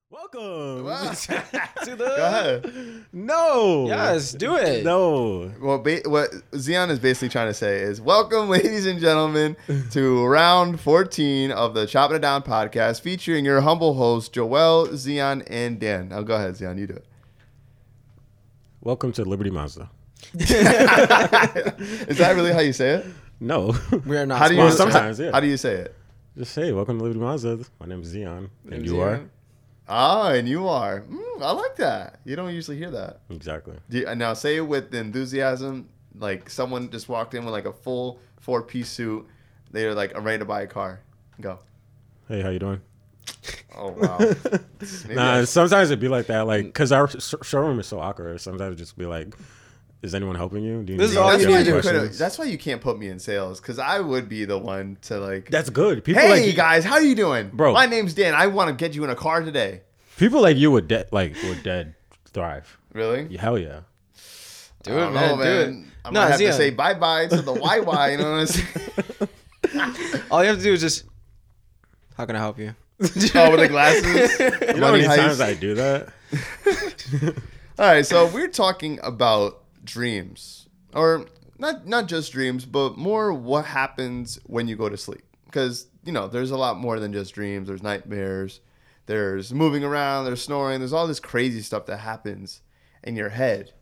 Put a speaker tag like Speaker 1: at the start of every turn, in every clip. Speaker 1: Welcome
Speaker 2: Wow.
Speaker 1: to the.
Speaker 2: Go ahead.
Speaker 1: No.
Speaker 3: Yes, do it.
Speaker 1: No.
Speaker 2: Well, ba- what Xeon is basically trying to say is, welcome, ladies and gentlemen, to round 14 of the Chopping It Down podcast, featuring your humble hosts, Joel, Xeon, and Dan. Now, go ahead, Xeon, you do it.
Speaker 1: Welcome to Liberty Mazda.
Speaker 2: Is that really how you say it?
Speaker 1: No.
Speaker 3: We are not.
Speaker 2: How do you
Speaker 1: Well,
Speaker 3: sponsored.
Speaker 1: sometimes,
Speaker 2: how,
Speaker 1: yeah.
Speaker 2: how do you say it?
Speaker 1: Just say, welcome to Liberty Mazda. My name is Zeon. And you are?
Speaker 2: Ah, and you are. Mm, I like that. You don't usually hear that.
Speaker 1: Exactly.
Speaker 2: Do you, now say it with enthusiasm, like someone just walked in with like a full four-piece suit. They're like, I'm ready to buy a car. Go.
Speaker 1: Hey, how you doing?
Speaker 2: Oh wow. Maybe
Speaker 1: Nah,
Speaker 2: I-
Speaker 1: sometimes it'd be like that, like, because our s- showroom is so awkward. Sometimes it'd just be like, is anyone helping you? Do you
Speaker 3: This is
Speaker 1: need
Speaker 3: all
Speaker 1: any
Speaker 2: that's,
Speaker 3: you
Speaker 2: why
Speaker 3: need
Speaker 2: you
Speaker 3: to
Speaker 1: questions?"
Speaker 2: couldn't- that's why you can't put me in sales because I would be the one to like.
Speaker 1: That's good. People
Speaker 2: hey
Speaker 1: like
Speaker 2: guys, how you doing,
Speaker 1: Bro.
Speaker 2: My name's Dan. I want to get you in a car today.
Speaker 1: people like you would dead like would dead thrive.
Speaker 2: Really?
Speaker 1: Yeah, Hell yeah.
Speaker 3: Do it, man. Do it.
Speaker 2: I'm
Speaker 3: No,
Speaker 2: gonna have to
Speaker 3: Zion.
Speaker 2: say bye bye to the YY. You know what I'm saying?
Speaker 3: All you have to do is just. How can I help you?
Speaker 2: oh, with the glasses.
Speaker 1: You know how many
Speaker 2: Money
Speaker 1: times
Speaker 2: heist.
Speaker 1: I do that?
Speaker 2: All right, so we're talking about dreams, or not not just dreams, but more what happens when you go to sleep. Because you know, there's a lot more than just dreams. There's nightmares. There's moving around. There's snoring. There's all this crazy stuff that happens in your head.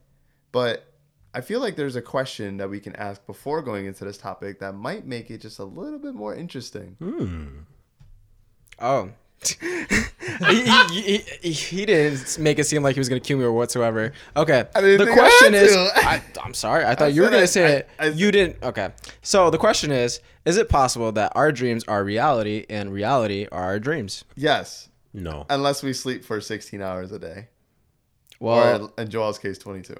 Speaker 2: But I feel like there's a question that we can ask before going into this topic that might make it just a little bit more interesting.
Speaker 3: Oh. he, he, he, he didn't make it seem like he was going to kill me or whatsoever. Okay.
Speaker 2: I didn't
Speaker 3: the
Speaker 2: think I
Speaker 3: question
Speaker 2: had
Speaker 3: is
Speaker 2: to.
Speaker 3: I, I'm sorry. I thought you were
Speaker 2: said
Speaker 3: going
Speaker 2: I-
Speaker 3: to say it.
Speaker 2: I- I-
Speaker 3: you didn't. Okay. So the question is Is it possible that our dreams are reality and reality are our dreams?
Speaker 2: Yes,
Speaker 1: No.
Speaker 2: unless we sleep for 16 hours a day,
Speaker 3: Well,
Speaker 2: or in Joel's case, 22.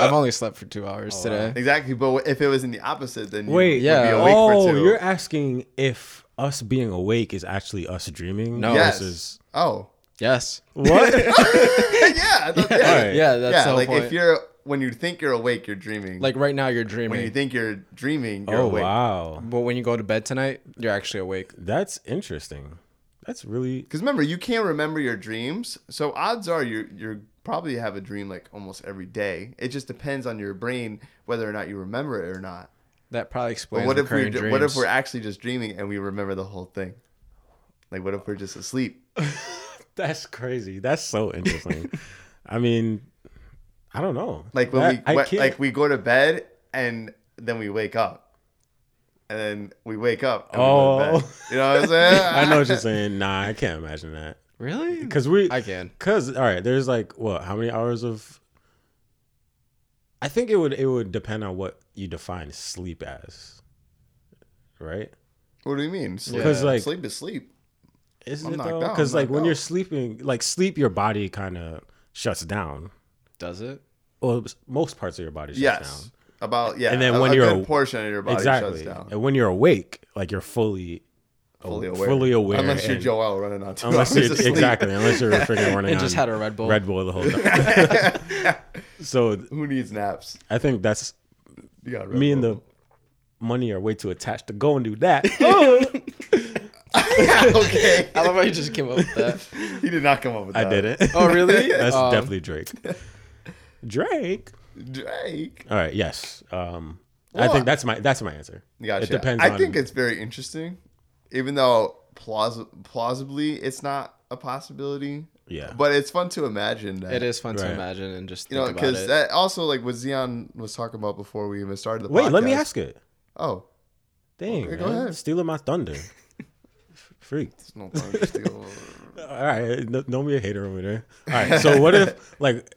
Speaker 3: I've only slept for two
Speaker 2: Oh,
Speaker 3: hours today.
Speaker 2: Exactly, but if it was in the opposite, then you
Speaker 1: Wait,
Speaker 2: would
Speaker 3: yeah.
Speaker 2: be awake
Speaker 1: Oh,
Speaker 2: for 2
Speaker 1: you're asking if us being awake is actually us dreaming?
Speaker 3: No.
Speaker 2: yes.
Speaker 1: versus-
Speaker 2: Oh,
Speaker 3: Yes.
Speaker 1: what?
Speaker 2: yeah, I thought- yeah,
Speaker 1: All right.
Speaker 3: Yeah,
Speaker 2: yeah.
Speaker 3: that's the whole
Speaker 2: like
Speaker 3: point.
Speaker 2: if you're when you think you're awake, you're dreaming.
Speaker 3: like right now, you're dreaming.
Speaker 2: when you think you're dreaming, you're
Speaker 1: oh
Speaker 2: awake.
Speaker 1: wow,
Speaker 3: but when you go to bed tonight, you're actually awake.
Speaker 1: that's interesting. That's really
Speaker 2: Because remember, you can't remember your dreams, so odds are you you're probably have a dream like almost every day. It just depends on your brain whether or not you remember it or not.
Speaker 3: That probably explains
Speaker 2: But what if we
Speaker 3: recurring
Speaker 2: are
Speaker 3: dreams.
Speaker 2: what if we're actually just dreaming and we remember the whole thing? Like what if we're just asleep?
Speaker 1: that's crazy. That's so interesting. I mean, I don't know.
Speaker 2: Like when
Speaker 1: That-
Speaker 2: we
Speaker 1: I
Speaker 2: when-
Speaker 1: can't-
Speaker 2: like we go to bed and then we wake up, and then we wake up. And we go to
Speaker 1: Oh.
Speaker 2: bed. you know what I'm saying?
Speaker 1: I know what you're saying. Nah, I can't imagine that.
Speaker 3: really?
Speaker 1: Cause we,
Speaker 3: I can.
Speaker 1: Cause all right, there's like what? How many hours of? I think it would it would depend on what you define sleep as, right?
Speaker 2: What do you mean? Sleep,
Speaker 1: 'Cause, like-
Speaker 2: sleep is sleep.
Speaker 1: Isn't
Speaker 2: I'm
Speaker 1: it
Speaker 2: knocked
Speaker 1: though?
Speaker 2: out,
Speaker 1: Because
Speaker 2: I'm
Speaker 1: like when
Speaker 2: knocked
Speaker 1: you're
Speaker 2: out.
Speaker 1: sleeping, like sleep, your body kind of shuts down.
Speaker 3: Does it?
Speaker 1: Well, s- most parts of your body shuts
Speaker 2: yes.
Speaker 1: down.
Speaker 2: About yeah.
Speaker 1: And then
Speaker 2: a,
Speaker 1: when
Speaker 2: a
Speaker 1: you're
Speaker 2: good
Speaker 1: aw-
Speaker 2: portion of your body
Speaker 1: exactly.
Speaker 2: shuts down.
Speaker 1: And when you're awake, like you're fully,
Speaker 2: Fully aware.
Speaker 1: fully aware.
Speaker 2: Unless you're
Speaker 1: and-
Speaker 2: Joel running out two
Speaker 1: unless
Speaker 2: hours
Speaker 1: you're
Speaker 2: of sleep.
Speaker 1: exactly, unless you're freaking running
Speaker 3: And just
Speaker 1: on
Speaker 3: had a Red Bull.
Speaker 1: Red Bull the whole time. so th-
Speaker 2: Who needs naps?
Speaker 1: I think that's
Speaker 2: You got
Speaker 1: me and the money are way too attached to go and do that. Oh,
Speaker 2: okay.
Speaker 3: I love how you just came up with that.
Speaker 2: He did not come up with
Speaker 1: I
Speaker 2: that.
Speaker 1: didn't.
Speaker 3: Oh, really?
Speaker 1: That's
Speaker 3: Um,
Speaker 1: definitely Drake. Drake.
Speaker 2: Drake.
Speaker 1: All right. Yes. Um, I
Speaker 2: Well,
Speaker 1: think that's my that's my answer.
Speaker 2: Gotcha.
Speaker 1: It depends.
Speaker 2: I
Speaker 1: on,
Speaker 2: think it's very interesting, even though plaus- plausibly it's not a possibility.
Speaker 1: Yeah.
Speaker 2: But it's fun to imagine that.
Speaker 3: It is fun to
Speaker 1: Right.
Speaker 3: imagine and just
Speaker 2: You
Speaker 3: think
Speaker 2: know,
Speaker 3: about
Speaker 2: because
Speaker 3: it.
Speaker 2: that also like what Xeon was talking about before we even started the
Speaker 1: Wait. Let me
Speaker 2: podcast.
Speaker 1: ask it.
Speaker 2: Oh,
Speaker 1: Dang.
Speaker 2: Okay, go
Speaker 1: man.
Speaker 2: ahead.
Speaker 1: Stealing my thunder. F- Freak.
Speaker 2: it's no time to steal.
Speaker 1: All right. No, don't be a hater over there. All right. So what if like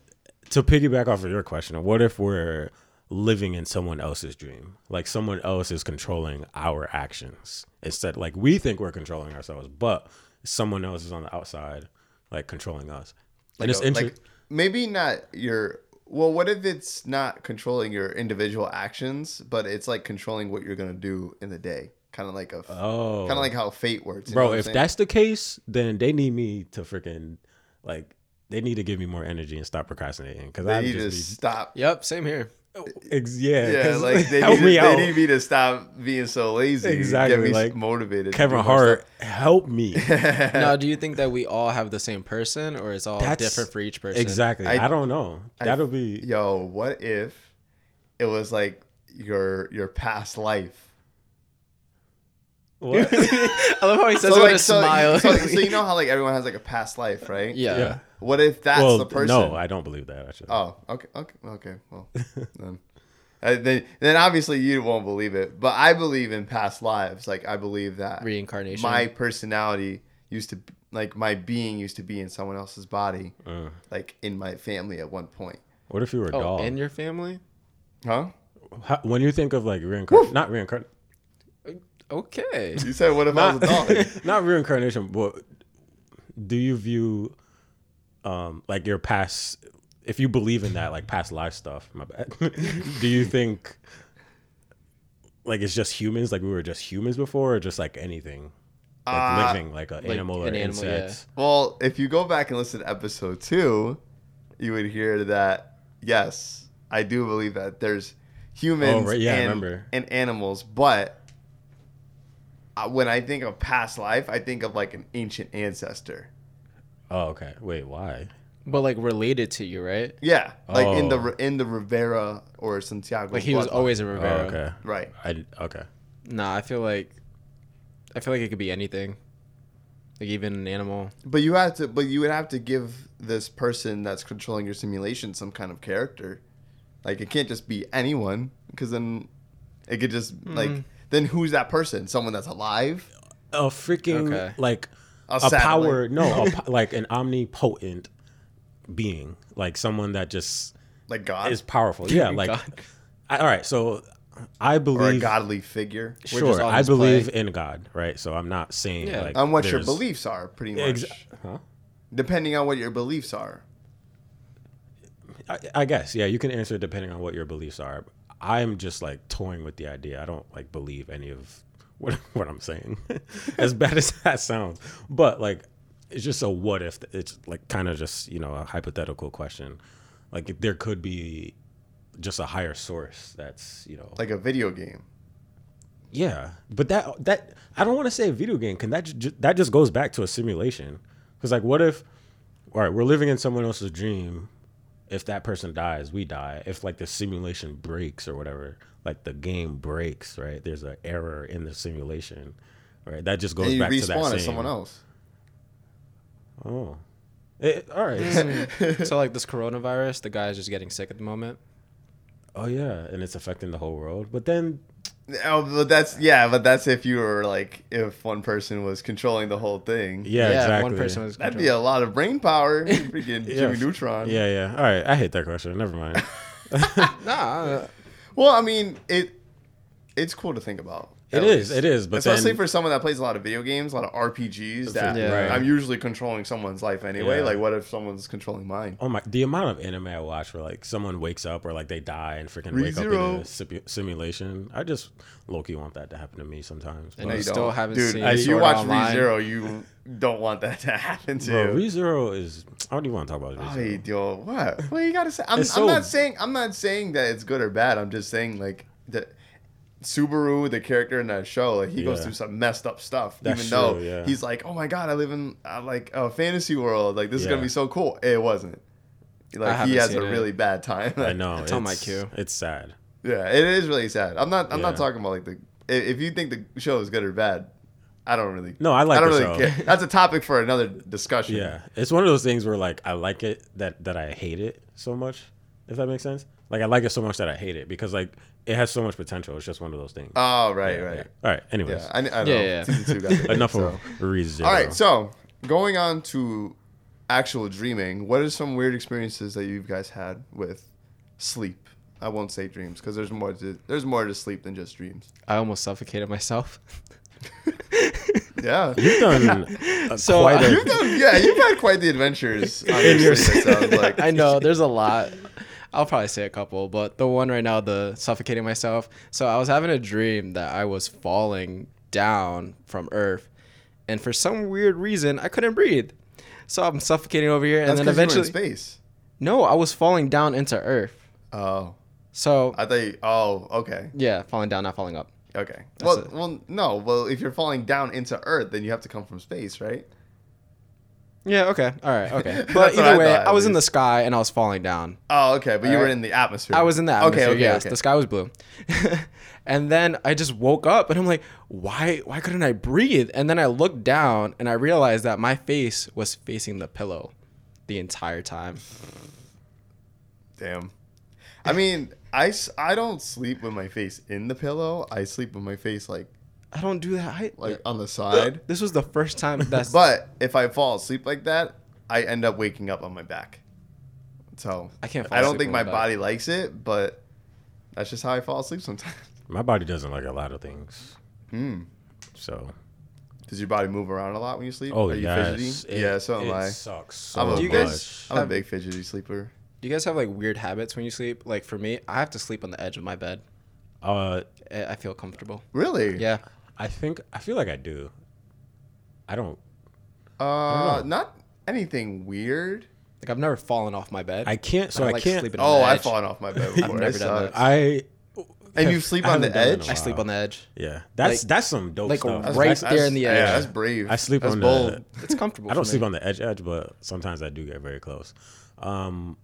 Speaker 1: to piggyback off of your question, what if we're living in someone else's dream? Like someone else is controlling our actions instead. Like we think we're controlling ourselves, but someone else is on the outside, like controlling us. And it's interesting.
Speaker 2: like maybe not your. Well, what if it's not controlling your individual actions, but it's like controlling what you're gonna do in the day, kind of like a,
Speaker 1: oh,
Speaker 2: kind of like how fate works, you know
Speaker 1: bro.
Speaker 2: what I'm
Speaker 1: If
Speaker 2: saying?
Speaker 1: that's the case, then they need me to freaking like. They need to give me more energy and stop procrastinating because I
Speaker 2: you
Speaker 1: just,
Speaker 2: just
Speaker 1: just
Speaker 2: stop.
Speaker 3: Yep, same here.
Speaker 1: Ex- yeah,
Speaker 2: Yeah,
Speaker 1: 'cause-
Speaker 2: like they
Speaker 1: help
Speaker 2: need,
Speaker 1: me
Speaker 2: they
Speaker 1: out.
Speaker 2: need me to stop being so lazy.
Speaker 1: Exactly,
Speaker 2: Get me
Speaker 1: like,
Speaker 2: motivated. to do
Speaker 1: Kevin
Speaker 2: more
Speaker 1: Hart, help me.
Speaker 2: stuff.
Speaker 3: Now, do you think that we all have the same person, or it's all
Speaker 1: That's-
Speaker 3: different for each person?
Speaker 1: exactly. I,
Speaker 2: I-
Speaker 1: don't know.
Speaker 2: I-
Speaker 1: That'll be
Speaker 2: Yo, what if it was like your your past life?
Speaker 1: what?
Speaker 3: I love how he says it with
Speaker 2: like,
Speaker 3: a smile.
Speaker 2: so, so you know how like everyone has like a past life, right?
Speaker 3: yeah.
Speaker 1: yeah.
Speaker 2: What if that's
Speaker 1: well,
Speaker 2: the person?
Speaker 1: no, I don't believe that. Actually,
Speaker 2: Oh, okay, okay, okay. Well, then, uh, then, then obviously you won't believe it, but I believe in past lives. Like I believe that
Speaker 3: Reincarnation.
Speaker 2: my personality used to, like my being used to be in someone else's body,
Speaker 1: Uh,
Speaker 2: like in my family at one point.
Speaker 1: what if you were a
Speaker 3: oh,
Speaker 1: dog?
Speaker 3: in your family?
Speaker 2: Huh?
Speaker 1: How- when you think of like reincarnation, not reincarnation,
Speaker 3: Okay.
Speaker 2: You said what if I was a dog?
Speaker 1: not reincarnation, but do you view um like your past? If you believe in that, like past life stuff, my bad. do you think like it's just humans, like we were just humans before, or just like anything, like
Speaker 2: Uh,
Speaker 1: living, like an animal or
Speaker 3: an animal, yeah.
Speaker 1: insects?
Speaker 2: Well, if you go back and listen to episode two, you would hear that yes, I do believe that there's humans
Speaker 1: Oh, right. Yeah, I
Speaker 2: and,
Speaker 1: remember.
Speaker 2: and animals, but uh, when I think of past life, I think of like an ancient ancestor.
Speaker 1: Oh, okay. Wait, why?
Speaker 3: But like related to you, right?
Speaker 2: Yeah, like in the
Speaker 1: Oh.
Speaker 2: Ri- in the Rivera or Santiago.
Speaker 3: Like he was
Speaker 2: bloodline.
Speaker 3: always a
Speaker 1: Oh,
Speaker 3: Rivera.
Speaker 1: okay.
Speaker 2: right.
Speaker 1: I okay.
Speaker 3: Nah, I feel like I feel like it could be anything. Like even an animal.
Speaker 2: But you have to, but you would have to give this person that's controlling your simulation some kind of character. Like it can't just be anyone, because then it could just like then who's that person? Someone that's alive?
Speaker 1: A freaking
Speaker 3: Okay.
Speaker 1: like
Speaker 2: A
Speaker 1: a,
Speaker 2: satellite.
Speaker 1: power. No, a, po- like an omnipotent being, like someone that just
Speaker 2: Like God
Speaker 1: is powerful. Yeah, like
Speaker 3: Oh God.
Speaker 1: I, all right. So I
Speaker 2: or a
Speaker 1: believe
Speaker 2: godly figure?
Speaker 3: We're just
Speaker 1: sure.
Speaker 3: on
Speaker 1: I
Speaker 3: this
Speaker 1: believe in God, right? So I'm not saying
Speaker 3: Yeah.
Speaker 1: like
Speaker 2: On what your
Speaker 1: there's-
Speaker 2: beliefs are, pretty much.
Speaker 1: Exa- huh?
Speaker 2: Depending on what your beliefs are.
Speaker 1: I, I guess yeah. You can answer it depending on what your beliefs are. I'm just like toying with the idea. I don't like believe any of what what I'm saying, as bad as that sounds. But like, it's just a what if. It's like kind of just you know a hypothetical question. Like if there could be just a higher source that's you know
Speaker 2: Like a video game.
Speaker 1: Yeah, but that that I don't want to say a video game. Can that ju- that just goes back to a simulation? Because like, what if? All right, we're living in someone else's dream. If that person dies, we die. If like the simulation breaks or whatever, like the game breaks, right? There's an error in the simulation, right? That just goes
Speaker 2: and you
Speaker 1: back to that
Speaker 2: respawn
Speaker 1: same.
Speaker 2: as someone else.
Speaker 1: Oh, It- all
Speaker 3: Mm.
Speaker 1: right.
Speaker 3: so like this coronavirus, the guy's just getting sick at the moment.
Speaker 1: oh yeah, and it's affecting the whole world. But then
Speaker 2: Oh, but that's yeah, but that's if you were like if one person was controlling the whole thing.
Speaker 1: yeah, exactly.
Speaker 3: One person was
Speaker 2: That'd be a lot of brain power. Freaking Jimmy
Speaker 1: f-
Speaker 2: Neutron.
Speaker 1: Yeah, yeah. All right, I hate that question. Never mind.
Speaker 3: nah.
Speaker 2: Well, I mean, it it's cool to think about.
Speaker 1: It
Speaker 2: at
Speaker 1: is,
Speaker 2: least.
Speaker 1: it is, but
Speaker 2: especially
Speaker 1: then-
Speaker 2: for someone that plays a lot of video games, a lot of RPGs. That
Speaker 1: Yeah.
Speaker 3: Right.
Speaker 2: I'm usually controlling someone's life anyway.
Speaker 1: Yeah.
Speaker 2: Like, what if someone's controlling mine?
Speaker 1: Oh my! The amount of anime I watch where like someone wakes up or like they die and freaking wake up in
Speaker 2: ReZero.
Speaker 1: a sipu- simulation. I just Loki want that to happen to me sometimes.
Speaker 3: And
Speaker 1: But,
Speaker 3: you
Speaker 2: don't.
Speaker 3: still haven't
Speaker 2: Dude,
Speaker 3: seen
Speaker 2: If you
Speaker 3: Sword
Speaker 2: watch
Speaker 3: Art Online.
Speaker 2: ReZero, you don't want that to happen to
Speaker 1: bro,
Speaker 2: you.
Speaker 1: ReZero is. I don't even want to talk about ReZero.
Speaker 2: Wait, yo, what? What you gotta say? I'm,
Speaker 1: It's so-
Speaker 2: I'm not saying I'm not saying that it's good or bad. I'm just saying like the Subaru, the character in that show, like he goes
Speaker 1: Yeah.
Speaker 2: through some messed up stuff.
Speaker 1: That's
Speaker 2: even though
Speaker 1: true, yeah.
Speaker 2: he's like, oh my god, I live in uh, like a fantasy world. Like this is gonna
Speaker 1: Yeah.
Speaker 2: be so cool. It wasn't. Like he
Speaker 3: haven't
Speaker 2: has a
Speaker 3: seen it.
Speaker 2: really bad time.
Speaker 1: I know.
Speaker 3: It's on my queue.
Speaker 1: It's sad.
Speaker 2: yeah, it is really sad. I'm not. I'm not
Speaker 1: Yeah.
Speaker 2: talking about like the. i- If you think the show is good or bad, I don't really.
Speaker 1: No, I like
Speaker 2: I don't
Speaker 1: the
Speaker 2: really
Speaker 1: show.
Speaker 2: care. That's a topic for another discussion.
Speaker 1: Yeah, it's one of those things where like I like it that that I hate it so much. If that makes sense. Like I like it so much that I hate it because like it has so much potential. It's just one of those things.
Speaker 2: Oh right,
Speaker 1: Yeah,
Speaker 2: right.
Speaker 1: yeah. All right. Anyways,
Speaker 2: Yeah, I, I know.
Speaker 3: Yeah, yeah.
Speaker 2: Season two got me,
Speaker 1: enough
Speaker 2: so.
Speaker 1: of ReZero.
Speaker 2: All right, so going on to actual dreaming, what are some weird experiences that you guys had with sleep? I won't say dreams because there's more to there's more to sleep than just dreams.
Speaker 3: I almost suffocated myself.
Speaker 2: Yeah,
Speaker 1: You've done uh,
Speaker 3: So,
Speaker 1: quite a
Speaker 2: you've done yeah you've had quite the adventures on
Speaker 1: In
Speaker 2: your
Speaker 1: your
Speaker 2: sleep. It sounds like
Speaker 3: I know there's a lot. I'll probably say a couple, but the one right now, the suffocating myself. So I was having a dream that I was falling down from Earth, and for some weird reason, I couldn't breathe. So I'm suffocating over here, and
Speaker 2: that's
Speaker 3: then
Speaker 2: because you were in
Speaker 3: eventually,
Speaker 2: space.
Speaker 3: no, I was falling down into Earth.
Speaker 2: Oh,
Speaker 3: So
Speaker 2: I thought. You, oh, okay,
Speaker 3: Uh, yeah, falling down, not falling up.
Speaker 2: okay. Well,
Speaker 3: it.
Speaker 2: well, no. Well, if you're falling down into Earth, then you have to come from space, right?
Speaker 3: Yeah, okay, all right, okay.
Speaker 2: That's
Speaker 3: But
Speaker 2: what I
Speaker 3: either way,
Speaker 2: thought, at
Speaker 3: I was in the
Speaker 2: least.
Speaker 3: sky and I was falling down.
Speaker 2: Oh, okay. But you were
Speaker 3: Alright.
Speaker 2: in the atmosphere.
Speaker 3: I was in the atmosphere.
Speaker 2: Okay, okay,
Speaker 3: yes,
Speaker 2: okay.
Speaker 3: the sky was blue. and then I just woke up and I'm like, why why couldn't I breathe? And then I looked down and I realized that my face was facing the pillow the entire time.
Speaker 2: Damn. I mean, I, s- I don't sleep with my face in the pillow. I sleep with my face like
Speaker 3: I don't do that. I,
Speaker 2: like on the side.
Speaker 3: this was the first time that's
Speaker 2: But if I fall asleep like that, I end up waking up on my back. So
Speaker 3: I can't fall
Speaker 2: I don't
Speaker 3: asleep
Speaker 2: think
Speaker 3: on
Speaker 2: my
Speaker 3: my back.
Speaker 2: body likes it, but that's just how I fall asleep sometimes.
Speaker 1: My body doesn't like a lot of things.
Speaker 2: Hmm.
Speaker 1: So,
Speaker 2: Does your body move around a lot when you sleep?
Speaker 1: oh
Speaker 2: Are you
Speaker 1: yes,
Speaker 2: fidgety? yeah, so am
Speaker 1: it
Speaker 2: I.
Speaker 1: Sucks so
Speaker 2: I'm a,
Speaker 1: much.
Speaker 3: Do you guys-
Speaker 2: I'm a
Speaker 3: have-
Speaker 2: big fidgety sleeper.
Speaker 3: do you guys have like weird habits when you sleep? Like for me, I have to sleep on the edge of my bed.
Speaker 1: uh,
Speaker 3: I I feel comfortable.
Speaker 2: Really?
Speaker 3: Yeah.
Speaker 1: I think I feel like I do. I don't.
Speaker 2: Uh,
Speaker 1: don't
Speaker 2: not anything weird.
Speaker 3: Like I've never fallen off my bed.
Speaker 1: I can't. So I,
Speaker 3: don't like
Speaker 1: can't.
Speaker 3: sleeping on
Speaker 2: Oh,
Speaker 3: the
Speaker 2: I've
Speaker 3: edge.
Speaker 2: fallen off my bed before.
Speaker 3: never
Speaker 2: It
Speaker 3: done that.
Speaker 2: sucks.
Speaker 1: I.
Speaker 2: And you sleep
Speaker 1: I
Speaker 2: on the
Speaker 1: haven't done that in a
Speaker 2: edge?
Speaker 1: while.
Speaker 3: I sleep on the edge.
Speaker 1: Yeah, that's
Speaker 3: Like-
Speaker 1: that's some dope
Speaker 3: like,
Speaker 1: stuff.
Speaker 3: right
Speaker 1: That's-
Speaker 3: there in the edge.
Speaker 2: Yeah, that's brave.
Speaker 1: I sleep
Speaker 2: that's
Speaker 1: on
Speaker 2: bold.
Speaker 1: the.
Speaker 3: It's comfortable.
Speaker 1: I don't
Speaker 3: for
Speaker 1: sleep
Speaker 3: me.
Speaker 1: on the edge edge, but sometimes I do get very close. Um,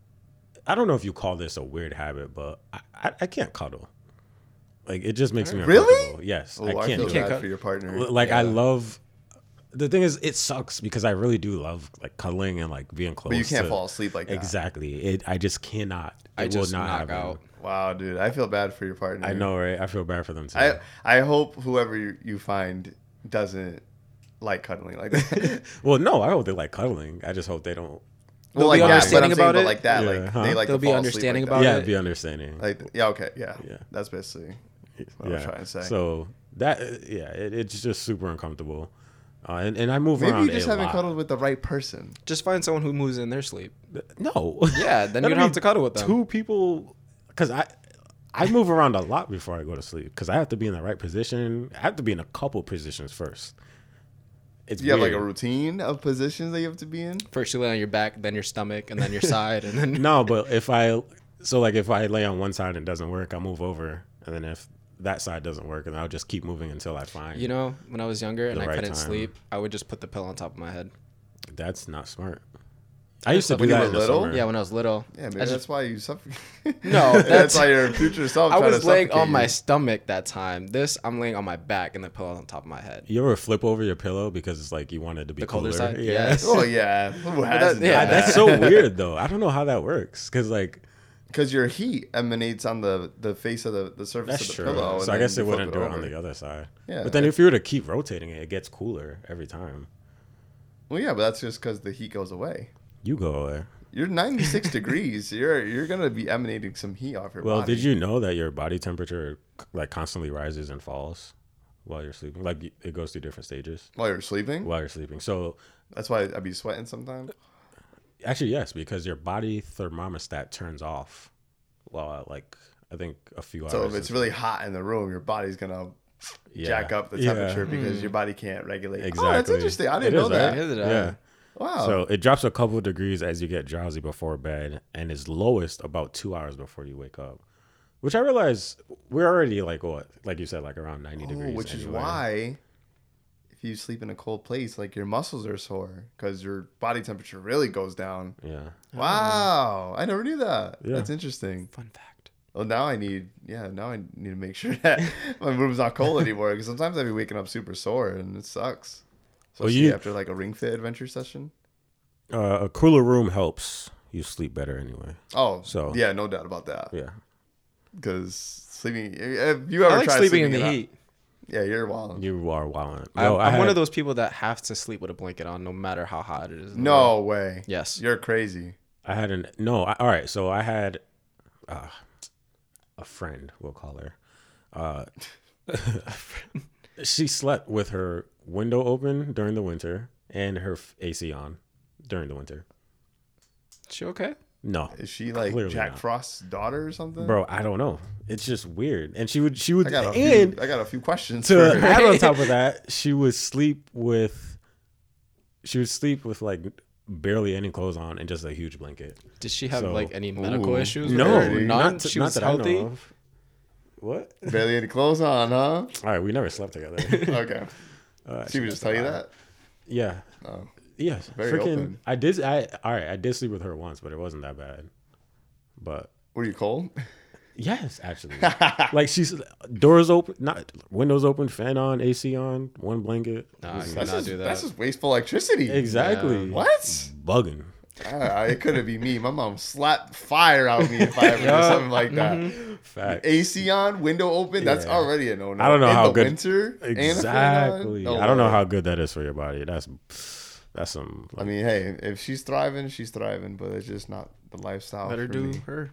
Speaker 1: I don't know if you call this a weird habit, but I, I, I can't cuddle. Like it just makes me
Speaker 2: Really?
Speaker 1: uncomfortable. Yes,
Speaker 2: Oh,
Speaker 1: I
Speaker 2: I
Speaker 1: can't.
Speaker 2: feel
Speaker 1: do
Speaker 2: bad
Speaker 3: cut-
Speaker 2: for your partner.
Speaker 1: it. Like I
Speaker 3: Yeah.
Speaker 1: love. The thing is, it sucks because I really do love like cuddling and like being close.
Speaker 2: but you can't
Speaker 1: to-
Speaker 2: fall asleep like that.
Speaker 1: Exactly. It. I just cannot.
Speaker 3: I
Speaker 1: it
Speaker 3: just
Speaker 1: will not
Speaker 3: knock
Speaker 1: happen.
Speaker 3: out.
Speaker 2: Wow, dude, I feel bad for your partner.
Speaker 1: I know, right? I feel bad for them too.
Speaker 2: Mm-hmm. I I hope whoever you, you find doesn't like cuddling like that.
Speaker 1: well, no, I hope they like cuddling. I just hope they don't.
Speaker 2: well,
Speaker 3: They'll
Speaker 2: like
Speaker 3: be
Speaker 2: that, but
Speaker 3: understanding
Speaker 2: I'm saying,
Speaker 3: about
Speaker 2: but
Speaker 3: it?
Speaker 2: like that, like
Speaker 1: Yeah, huh?
Speaker 2: they like
Speaker 3: They'll
Speaker 2: to
Speaker 3: be
Speaker 2: fall
Speaker 3: understanding
Speaker 2: asleep
Speaker 3: about
Speaker 1: yeah,
Speaker 3: it.
Speaker 1: be understanding.
Speaker 2: Like, that. like yeah, okay, yeah,
Speaker 1: Yeah.
Speaker 2: That's basically what
Speaker 1: yeah.
Speaker 2: I'm trying to say.
Speaker 1: So that yeah, it, it's just super uncomfortable, uh, and and I move
Speaker 2: Maybe
Speaker 1: around.
Speaker 2: you just
Speaker 1: a
Speaker 2: haven't
Speaker 1: lot.
Speaker 2: cuddled with the right person.
Speaker 3: Just find someone who moves in their sleep.
Speaker 1: No.
Speaker 3: Yeah, then
Speaker 1: That'd
Speaker 3: you don't have
Speaker 1: be
Speaker 3: to cuddle with them.
Speaker 1: Two people, because I. I move around a lot before I go to sleep because I have to be in the right position. I have to be in a couple positions first. It's
Speaker 2: Do you have like
Speaker 1: weird.
Speaker 2: a routine of positions that you have to be in?
Speaker 3: First you lay on your back, then your stomach, and then your side, and then
Speaker 1: No, but if I so like if I lay on one side and it doesn't work, I move over, and then if that side doesn't work, and I'll just keep moving until I find.
Speaker 3: you know. When I was younger and
Speaker 1: The
Speaker 3: I
Speaker 1: right
Speaker 3: couldn't
Speaker 1: time.
Speaker 3: sleep, I would just put the pillow on top of my head.
Speaker 1: that's not smart. I used to do
Speaker 2: When you
Speaker 1: that
Speaker 2: were
Speaker 1: in the
Speaker 2: little?
Speaker 1: summer.
Speaker 3: Yeah, when I was little.
Speaker 2: Yeah, maybe
Speaker 3: I,
Speaker 2: that's
Speaker 3: just,
Speaker 2: why you suffocate.
Speaker 3: No,
Speaker 2: that's
Speaker 3: that's-
Speaker 2: why your future self.
Speaker 3: I
Speaker 2: tried
Speaker 3: was
Speaker 2: to
Speaker 3: laying on
Speaker 2: suffocate
Speaker 3: my
Speaker 2: you.
Speaker 3: stomach that time. This I'm laying on my back and the pillow on top of my head.
Speaker 1: You ever flip over your pillow because it's like you wanted to be
Speaker 3: The colder side?
Speaker 1: Yeah.
Speaker 3: Yes.
Speaker 2: Oh yeah, who hasn't?
Speaker 3: yeah,
Speaker 2: done
Speaker 1: God, that's
Speaker 2: that?
Speaker 1: so weird though. I don't know how that works because like
Speaker 2: Because your heat emanates on the, the face of the, the surface
Speaker 1: that's
Speaker 2: of the
Speaker 1: true.
Speaker 2: pillow. and
Speaker 1: So I
Speaker 2: then
Speaker 1: guess
Speaker 2: you
Speaker 1: it
Speaker 2: flip
Speaker 1: wouldn't do it on
Speaker 2: over.
Speaker 1: the other side.
Speaker 2: Yeah.
Speaker 1: but then if you were to keep rotating it, it gets cooler every time.
Speaker 2: Well, yeah, but that's just because the heat goes away.
Speaker 1: You go away.
Speaker 2: You're 96 degrees. You're you're gonna be emanating some heat off your
Speaker 1: Well,
Speaker 2: body.
Speaker 1: did you know that your body temperature like constantly rises and falls while you're sleeping? Like y- it goes through different stages
Speaker 2: while you're sleeping?
Speaker 1: while you're sleeping. So
Speaker 2: That's why I'd be sweating sometimes.
Speaker 1: actually, yes, because your body thermostat turns off while like I think a few
Speaker 2: So
Speaker 1: hours.
Speaker 2: if it's
Speaker 1: in-
Speaker 2: really hot in the room, your body's gonna
Speaker 1: Yeah.
Speaker 2: jack up the
Speaker 1: Yeah. Hmm.
Speaker 2: temperature because your body can't regulate.
Speaker 1: exactly.
Speaker 2: Oh, that's interesting. I didn't
Speaker 1: It
Speaker 2: know
Speaker 1: is,
Speaker 2: that.
Speaker 1: right?
Speaker 3: Neither did I.
Speaker 1: Yeah.
Speaker 2: Wow.
Speaker 1: So it drops a couple of degrees as you get drowsy before bed and is lowest about two hours before you wake up. Which I realize we're already like what, like you said, like around ninety
Speaker 2: Oh,
Speaker 1: degrees.
Speaker 2: which is
Speaker 1: anyway.
Speaker 2: why if you sleep in a cold place, like your muscles are sore because your body temperature really goes down.
Speaker 1: Yeah.
Speaker 2: Wow, I never knew that.
Speaker 1: Oh. Yeah.
Speaker 2: That's interesting.
Speaker 3: Fun fact.
Speaker 2: Well, now I need, yeah, now I need to make sure that my room's not cold anymore because sometimes I be waking up super sore and it sucks.
Speaker 1: Well,
Speaker 2: Especially
Speaker 1: you-
Speaker 2: after like a ring fit adventure session.
Speaker 1: Uh, a cooler room helps you sleep better anyway.
Speaker 2: Oh, so
Speaker 1: So-
Speaker 2: yeah, no doubt about that.
Speaker 1: Yeah.
Speaker 2: Because sleeping, if you ever
Speaker 3: I like
Speaker 2: try
Speaker 3: sleeping in the
Speaker 2: out-
Speaker 3: heat.
Speaker 2: yeah, you're wild.
Speaker 1: You are wilding.
Speaker 3: I'm,
Speaker 1: Yo, I
Speaker 3: I'm one
Speaker 1: had-
Speaker 3: of those people that have to sleep with a blanket on, no matter how hot it is. in the room.
Speaker 2: No way.
Speaker 3: Yes.
Speaker 2: you're crazy.
Speaker 1: I had an no. I, all right, so I had uh, a friend. We'll call her. Uh, she slept with her window open during the winter and her f- AC on during the winter.
Speaker 3: She okay?
Speaker 1: No,
Speaker 2: Is she like
Speaker 1: Clearly
Speaker 2: Jack
Speaker 1: not.
Speaker 2: Frost's daughter or something?
Speaker 1: bro, I don't know. It's just weird. And she would, she would,
Speaker 2: I got a
Speaker 1: and
Speaker 2: few, I got a few questions.
Speaker 1: to
Speaker 2: for her.
Speaker 1: add on top of that, she would sleep with, she would sleep with like barely any clothes on and just a huge blanket.
Speaker 3: Did she have
Speaker 1: So-
Speaker 3: like any medical
Speaker 2: Ooh.
Speaker 3: issues? with
Speaker 1: No,
Speaker 3: her?
Speaker 2: Really?
Speaker 1: not,
Speaker 3: None? She
Speaker 1: not
Speaker 3: was
Speaker 1: that I
Speaker 3: healthy.
Speaker 1: know of. What?
Speaker 2: Barely any clothes on, huh?
Speaker 1: All right, we never slept together.
Speaker 2: Okay.
Speaker 1: Uh,
Speaker 2: She would just tell you that.
Speaker 1: Yeah.
Speaker 2: Oh.
Speaker 1: Yeah.
Speaker 2: Very
Speaker 1: Freaking.
Speaker 2: open.
Speaker 1: I did. I all right. I did sleep with her once, but it wasn't that bad. But
Speaker 2: Were you cold?
Speaker 1: yes, actually, like she's doors open, not windows open, fan on, AC on, one blanket.
Speaker 3: Nah, I
Speaker 2: That's
Speaker 3: cannot
Speaker 2: just,
Speaker 3: do that.
Speaker 2: that's just wasteful electricity.
Speaker 1: Exactly. Mm-hmm.
Speaker 2: What?
Speaker 1: Bugging.
Speaker 2: Ah, it could have been me. My mom slapped fire out me if I ever did something like that.
Speaker 1: Fact.
Speaker 2: AC on, window open. That's
Speaker 1: Mm-hmm. Yeah.
Speaker 2: already a no no.
Speaker 1: I don't know
Speaker 2: In
Speaker 1: how
Speaker 2: the
Speaker 1: good-
Speaker 2: winter. and a fan on?
Speaker 1: Exactly.
Speaker 2: No
Speaker 1: I don't know
Speaker 2: way.
Speaker 1: how good that is for your body. That's that's some.
Speaker 2: I mean, hey, if she's thriving, she's thriving, but it's just not the lifestyle.
Speaker 3: Better
Speaker 2: for
Speaker 3: do
Speaker 2: me.
Speaker 3: her.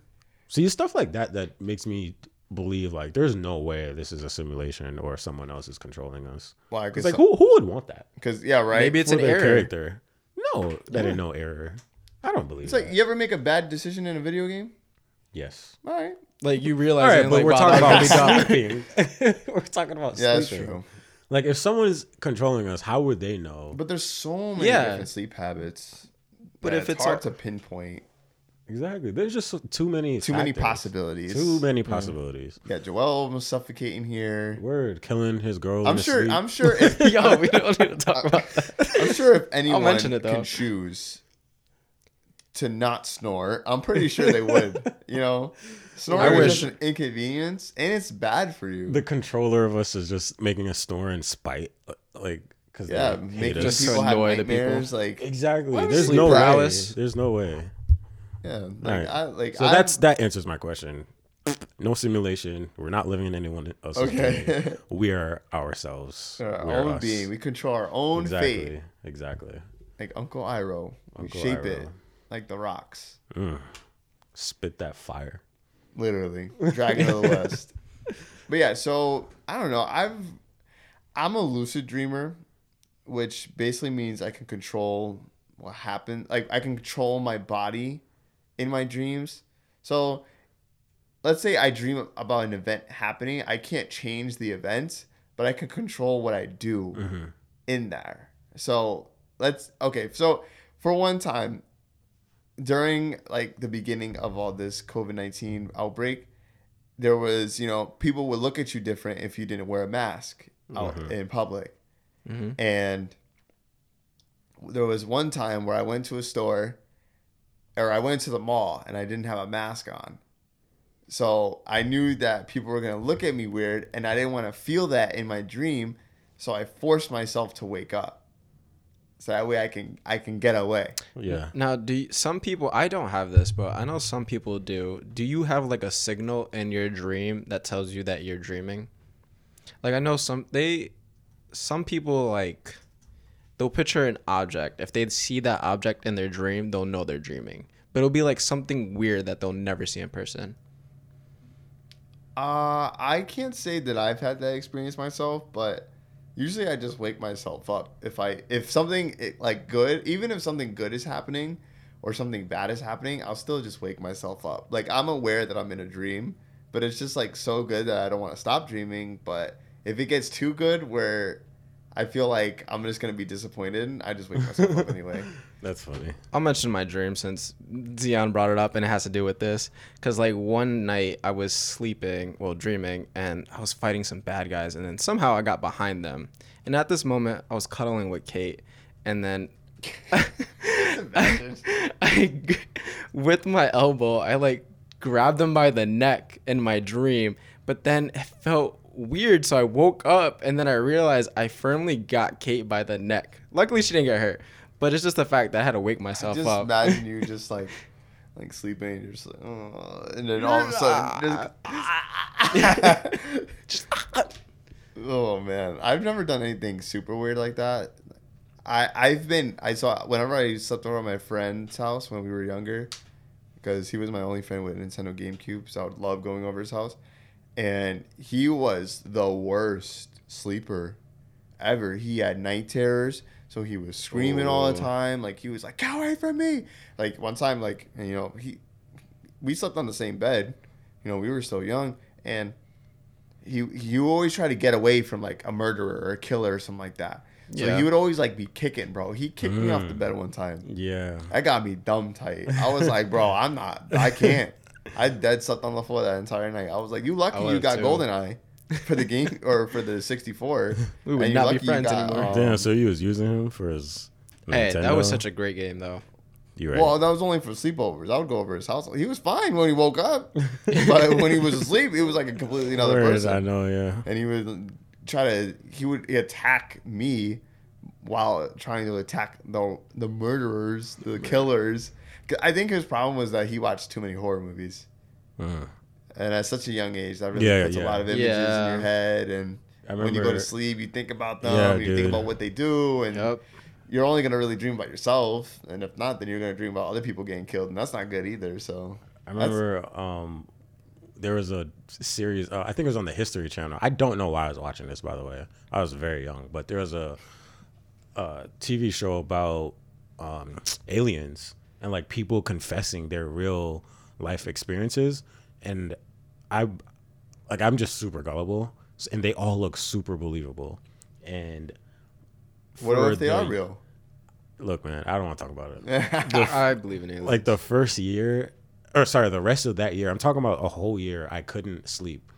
Speaker 1: See, it's stuff like that that makes me believe like there's no way this is a simulation or someone else is controlling us.
Speaker 2: like
Speaker 1: It's like who who would want that?
Speaker 2: because yeah, right.
Speaker 3: Maybe it's
Speaker 1: For
Speaker 3: an
Speaker 1: their
Speaker 3: error.
Speaker 1: character. No, that ain't no error. I don't believe
Speaker 2: It's
Speaker 1: that.
Speaker 2: like you ever make a bad decision in a video game?
Speaker 1: yes.
Speaker 2: All right.
Speaker 3: Like you
Speaker 1: All
Speaker 3: realize.
Speaker 1: right,
Speaker 3: and,
Speaker 1: but
Speaker 3: like,
Speaker 1: we're
Speaker 3: wow,
Speaker 1: talking
Speaker 3: that
Speaker 1: about
Speaker 3: was
Speaker 1: sleeping. we're talking about
Speaker 2: Yeah, that's
Speaker 1: sleeping.
Speaker 2: true.
Speaker 1: Like if someone's controlling us, how would they know?
Speaker 2: But there's so many
Speaker 3: Yeah.
Speaker 2: different sleep habits.
Speaker 3: But
Speaker 2: that
Speaker 3: if it's
Speaker 2: hard
Speaker 3: a-
Speaker 2: to pinpoint,
Speaker 1: Exactly. There's just so- too many
Speaker 2: too many
Speaker 1: factors.
Speaker 2: possibilities.
Speaker 1: Too many possibilities.
Speaker 2: Yeah, Joel was suffocating here.
Speaker 1: Word killing his girl.
Speaker 2: I'm
Speaker 1: in his
Speaker 2: sure.
Speaker 1: sleep.
Speaker 2: I'm sure. If,
Speaker 3: Yo, we don't need to talk about that.
Speaker 2: I'm sure if anyone
Speaker 3: mention it, though.
Speaker 2: can choose to not snore, I'm pretty sure they would. You know, snoring is
Speaker 3: wish-
Speaker 2: just an inconvenience, and it's bad for you.
Speaker 1: the controller of us is just making us snore in spite, uh, like because
Speaker 2: yeah,
Speaker 1: they hate
Speaker 2: making
Speaker 1: us.
Speaker 3: Just to
Speaker 2: people have
Speaker 3: annoy the people.
Speaker 2: nightmares. Like,
Speaker 1: exactly.
Speaker 2: Why would
Speaker 1: There's
Speaker 2: sleep
Speaker 1: no
Speaker 3: paralysis?
Speaker 1: way. There's no way.
Speaker 2: yeah, like,
Speaker 1: Alright.
Speaker 2: I, like
Speaker 1: So
Speaker 2: I'm-
Speaker 1: that's that answers my question. No simulation. We're not living in anyone else's
Speaker 2: Okay.
Speaker 1: dream. We are ourselves.
Speaker 2: We're our
Speaker 1: We're
Speaker 2: own
Speaker 1: us.
Speaker 2: being. We control our own
Speaker 1: Exactly.
Speaker 2: fate.
Speaker 1: Exactly.
Speaker 2: Like Uncle Iroh. We
Speaker 1: Uncle
Speaker 2: shape
Speaker 1: Iroh.
Speaker 2: it like the rocks.
Speaker 1: Spit that fire.
Speaker 2: Literally. Dragon of the West. But yeah, so I don't know. I've I'm a lucid dreamer, which basically means I can control what happens. Like I can control my body in my dreams. So let's say I dream about an event happening. I can't change the event, but I can control what I do in there. So let's okay. So for one time during like the beginning of all this COVID nineteen outbreak, there was you know people would look at you different if you didn't wear a mask out in public,
Speaker 3: Mm-hmm.
Speaker 2: and there was one time where I went to a store, or I went to the mall and I didn't have a mask on. So I knew that people were gonna look at me weird, and I didn't want to feel that in my dream. So I forced myself to wake up, so that way I can I can get away.
Speaker 1: Yeah.
Speaker 3: Now, do you, some people? I don't have this, but I know some people do. Do you have like a signal in your dream that tells you that you're dreaming? Like I know some they, some people like, they'll picture an object. If they see that object in their dream, they'll know they're dreaming. But it'll be like something weird that they'll never see in person.
Speaker 2: Uh, I can't say that I've had that experience myself, but usually I just wake myself up if I if something eh, like good, even if something good is happening or something bad is happening, I'll still just wake myself up. Like I'm aware that I'm in a dream, but it's just like so good that I don't want to stop dreaming, but if it gets too good where I feel like I'm just going to be disappointed, I just wake myself up anyway.
Speaker 1: That's funny.
Speaker 3: I'll mention my dream since Dion brought it up and it has to do with this. Because, like, one night I was sleeping, well, dreaming, and I was fighting some bad guys, and then somehow I got behind them. And at this moment, I was cuddling with Kate, and then. I, g- with my elbow, I like grabbed them by the neck in my dream, but then it felt weird. So I woke up and then I realized I firmly got Kate by the neck. Luckily, she didn't get hurt, but it's just the fact that I had to wake myself
Speaker 2: Just
Speaker 3: up.
Speaker 2: imagine you just like like sleeping and you're just like, "Oh," and then all of a sudden just, Oh man, I've never done anything super weird like that. I I've been I saw whenever I slept over at my friend's house when we were younger because he was my only friend with a Nintendo GameCube, so I would love going over his house. And he was the worst sleeper ever. He had night terrors, so he was screaming all the
Speaker 1: Ooh.
Speaker 2: time. Like he was like, "Get away from me!" Like one time, like and, you know, he we slept on the same bed. You know, we were so young, and he you always try to get away from like a murderer or a killer or something like that. So
Speaker 3: Yeah.
Speaker 2: he would always like be kicking, bro. He kicked me off the bed one time.
Speaker 1: Yeah.
Speaker 2: That got me dumb tight. I was like, bro, I'm not. I can't. I dead slept on the floor that entire night. I was like, you lucky you
Speaker 3: would've
Speaker 2: got
Speaker 3: too.
Speaker 2: GoldenEye for the game or for the 64.
Speaker 3: We would
Speaker 2: and you
Speaker 3: not be
Speaker 2: lucky you um,
Speaker 3: friends anymore.
Speaker 1: Damn. So you was using him for his.
Speaker 3: Hey, that was
Speaker 1: Nintendo?
Speaker 3: such a great game though.
Speaker 1: You right?
Speaker 2: Well, that was only for sleepovers. I would go over his house. He was fine when he woke up, but when he was asleep, he was like a completely another
Speaker 1: Whereas I
Speaker 2: person.
Speaker 1: know. Yeah.
Speaker 2: And he would try to he would attack me while trying to attack the the murderers, the killers. 'Cause I think his problem was that he watched too many horror movies,
Speaker 1: Mm.
Speaker 2: and at such a young age, that really
Speaker 1: Yeah,
Speaker 2: puts a
Speaker 1: yeah.
Speaker 2: lot of images
Speaker 3: Yeah.
Speaker 2: in your head. And
Speaker 1: I
Speaker 2: when you go
Speaker 1: remember-
Speaker 2: to sleep, you think about them.
Speaker 1: Yeah,
Speaker 2: you
Speaker 1: dude.
Speaker 2: think about what they do, and
Speaker 3: Yep.
Speaker 2: you're only gonna really dream about yourself, and if not, then you're gonna dream about other people getting killed, and that's not good either. So
Speaker 1: I
Speaker 2: That's-
Speaker 1: remember um, there was a series. Uh, I think it was on the History Channel. I don't know why I was watching this, by the way. I was very young, but there was a, a TV show about um, aliens and like people confessing their real life experiences, and I like I'm just super gullible, s- and they all look super believable, and.
Speaker 2: what
Speaker 1: for
Speaker 2: if they
Speaker 1: the-
Speaker 2: are real?
Speaker 1: Look, man, I don't want to talk about it
Speaker 3: I believe in aliens.
Speaker 1: like the first year or sorry the rest of that year i'm talking about a whole year i couldn't sleep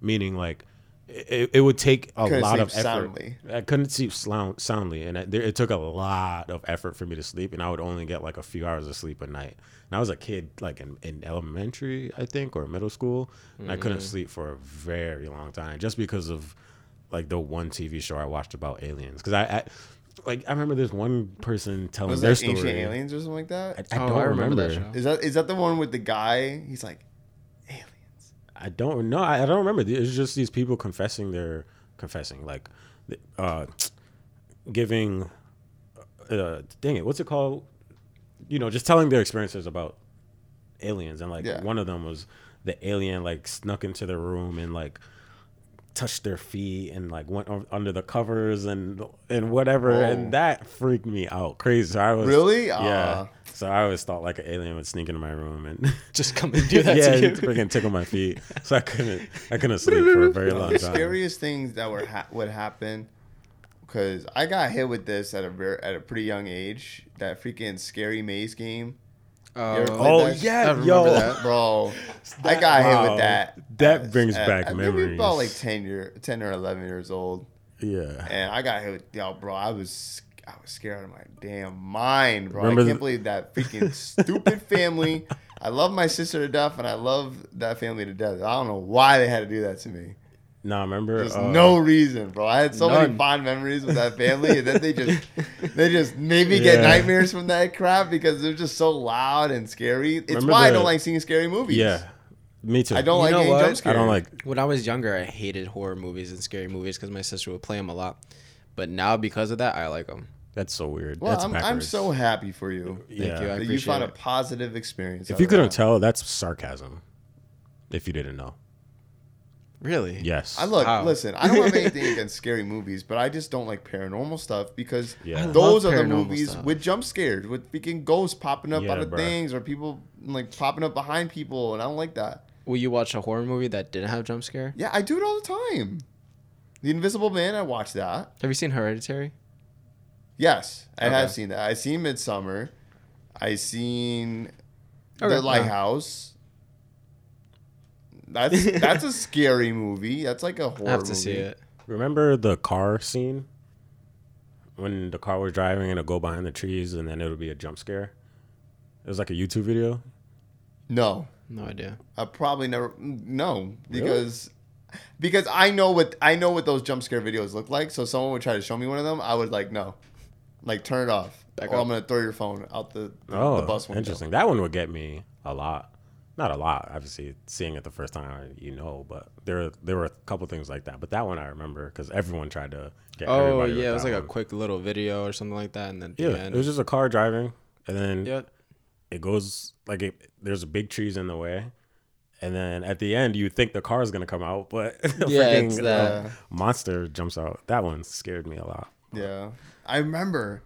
Speaker 1: meaning like it, it would take a
Speaker 2: Couldn't
Speaker 1: lot
Speaker 2: sleep
Speaker 1: of effort
Speaker 2: soundly.
Speaker 1: i couldn't sleep slou- soundly and it, there- it took a lot of effort for me to sleep and i would only get like a few hours of sleep a night and i was a kid like in, in elementary i think or middle school and i
Speaker 2: Mm.
Speaker 1: couldn't sleep for a very long time just because of like the one tv show i watched about aliens because I, I like i remember this one person telling
Speaker 2: Was it
Speaker 1: their
Speaker 2: like
Speaker 1: story
Speaker 2: ancient aliens or something like that?
Speaker 1: I, I
Speaker 3: Oh,
Speaker 1: don't
Speaker 3: I remember
Speaker 1: remember
Speaker 3: that show.
Speaker 2: Is that is that the one with the guy? He's like, aliens.
Speaker 1: I don't know. I, I don't remember. It's just these people confessing their confessing, like, uh, giving. Uh, dang it! What's it called? You know, just telling their experiences about aliens, and like
Speaker 2: Yeah.
Speaker 1: one of them was the alien like snuck into their room and like touched their feet and like went o- under the covers and and whatever,
Speaker 2: Oh.
Speaker 1: and that freaked me out crazy. So I was
Speaker 2: Really?
Speaker 1: yeah.
Speaker 2: Aw.
Speaker 1: So I always thought like an alien would sneak into my room and.
Speaker 3: just come and do that
Speaker 1: yeah,
Speaker 3: to you.
Speaker 1: it freaking tickle my feet. So I couldn't, I couldn't sleep for a very long
Speaker 2: the
Speaker 1: time.
Speaker 2: scariest things that were ha- would happen because I got hit with this at a ver- at a pretty young age. That freaking scary maze game,
Speaker 3: Uh,
Speaker 2: Oh,
Speaker 1: Oh
Speaker 2: Like that.
Speaker 1: yeah,
Speaker 3: I remember
Speaker 1: yo,
Speaker 3: that.
Speaker 2: bro. I got hit
Speaker 1: Wow.
Speaker 2: with that.
Speaker 1: That brings
Speaker 2: at-
Speaker 1: back
Speaker 2: at Maybe
Speaker 1: memories.
Speaker 2: about like ten year, ten or eleven years old,
Speaker 1: yeah.
Speaker 2: and I got hit with y'all, bro. I was. I was scared out of my damn mind, bro.
Speaker 1: Remember
Speaker 2: I
Speaker 1: the-
Speaker 2: can't believe that freaking stupid family. I love my sister to death, and I love that family to death. I don't know why they had to do that to me.
Speaker 1: No, I remember.
Speaker 2: There's
Speaker 1: uh,
Speaker 2: no reason, bro. I had so many
Speaker 3: none.
Speaker 2: fond memories with that family, and then they just they just made me get
Speaker 1: Yeah.
Speaker 2: nightmares from that crap because they're just so loud and scary. It's
Speaker 1: Remember
Speaker 2: why I
Speaker 1: the-
Speaker 2: don't like seeing scary movies.
Speaker 1: Yeah, me too.
Speaker 2: I don't like
Speaker 3: know
Speaker 2: getting
Speaker 3: what?
Speaker 2: jump
Speaker 1: I
Speaker 2: scared.
Speaker 1: don't like.
Speaker 3: When I was younger, I hated horror movies and scary movies because my sister would play them a lot. But now, because of that, I like them.
Speaker 1: That's so weird.
Speaker 2: Well,
Speaker 1: that's
Speaker 2: I'm, I'm
Speaker 1: backwards.
Speaker 2: so happy for you
Speaker 1: Yeah.
Speaker 3: Thank you. I
Speaker 2: that
Speaker 3: appreciate
Speaker 2: you found a
Speaker 3: it.
Speaker 2: positive experience.
Speaker 1: if
Speaker 2: out
Speaker 1: you
Speaker 2: of
Speaker 1: couldn't
Speaker 2: that.
Speaker 1: tell, that's sarcasm. If you didn't know,
Speaker 3: Really?
Speaker 1: yes.
Speaker 2: I look,
Speaker 3: Wow.
Speaker 2: listen, I don't have anything against scary movies, but I just don't like paranormal stuff because
Speaker 1: Yeah. I love
Speaker 2: those are the
Speaker 3: paranormal
Speaker 2: movies
Speaker 3: stuff.
Speaker 2: with jump scares, with freaking ghosts popping up
Speaker 1: Yeah,
Speaker 2: out of
Speaker 1: bruh.
Speaker 2: things or people like popping up behind people, and I don't like that.
Speaker 3: Will you watch a horror movie that didn't have jump scare?
Speaker 2: Yeah, I do it all the time. The Invisible Man, I watch that.
Speaker 3: Have you seen Hereditary?
Speaker 2: Yes, I
Speaker 3: Okay.
Speaker 2: have seen that. I seen Midsummer. I seen
Speaker 3: Okay, yeah.
Speaker 2: The Lighthouse. That's that's a scary movie. That's like a horror
Speaker 3: I have to
Speaker 2: movie.
Speaker 3: see it.
Speaker 1: Remember the car scene when the car was driving and it'll go behind the trees and then it'll be a jump scare. It was like a YouTube video.
Speaker 2: No,
Speaker 3: No idea.
Speaker 2: I probably never. No, because because I know what I know what those jump scare videos look like. So someone would try to show me one of them. I would like no, like turn it off.
Speaker 3: Back
Speaker 2: or
Speaker 3: up.
Speaker 2: I'm gonna throw your phone out the the,
Speaker 1: Oh,
Speaker 2: the bus window.
Speaker 1: interesting. That one would get me a lot. Not a lot, obviously. Seeing it the first time, you know, but there there were a couple things like that. But that one I remember because everyone tried to get.
Speaker 3: Oh
Speaker 1: everybody with
Speaker 3: yeah, it was
Speaker 1: that
Speaker 3: like a
Speaker 1: one.
Speaker 3: quick little video or something like that, and then
Speaker 1: Yeah,
Speaker 3: the
Speaker 1: it
Speaker 3: end.
Speaker 1: was just a car driving, and then
Speaker 3: Yep.
Speaker 1: it goes like it, there's big trees in the way, and then at the end you think the car is gonna come out, but a
Speaker 3: Yeah, it's
Speaker 1: freaking, uh,
Speaker 3: that.
Speaker 1: monster jumps out. That one scared me a lot.
Speaker 2: Yeah, I remember.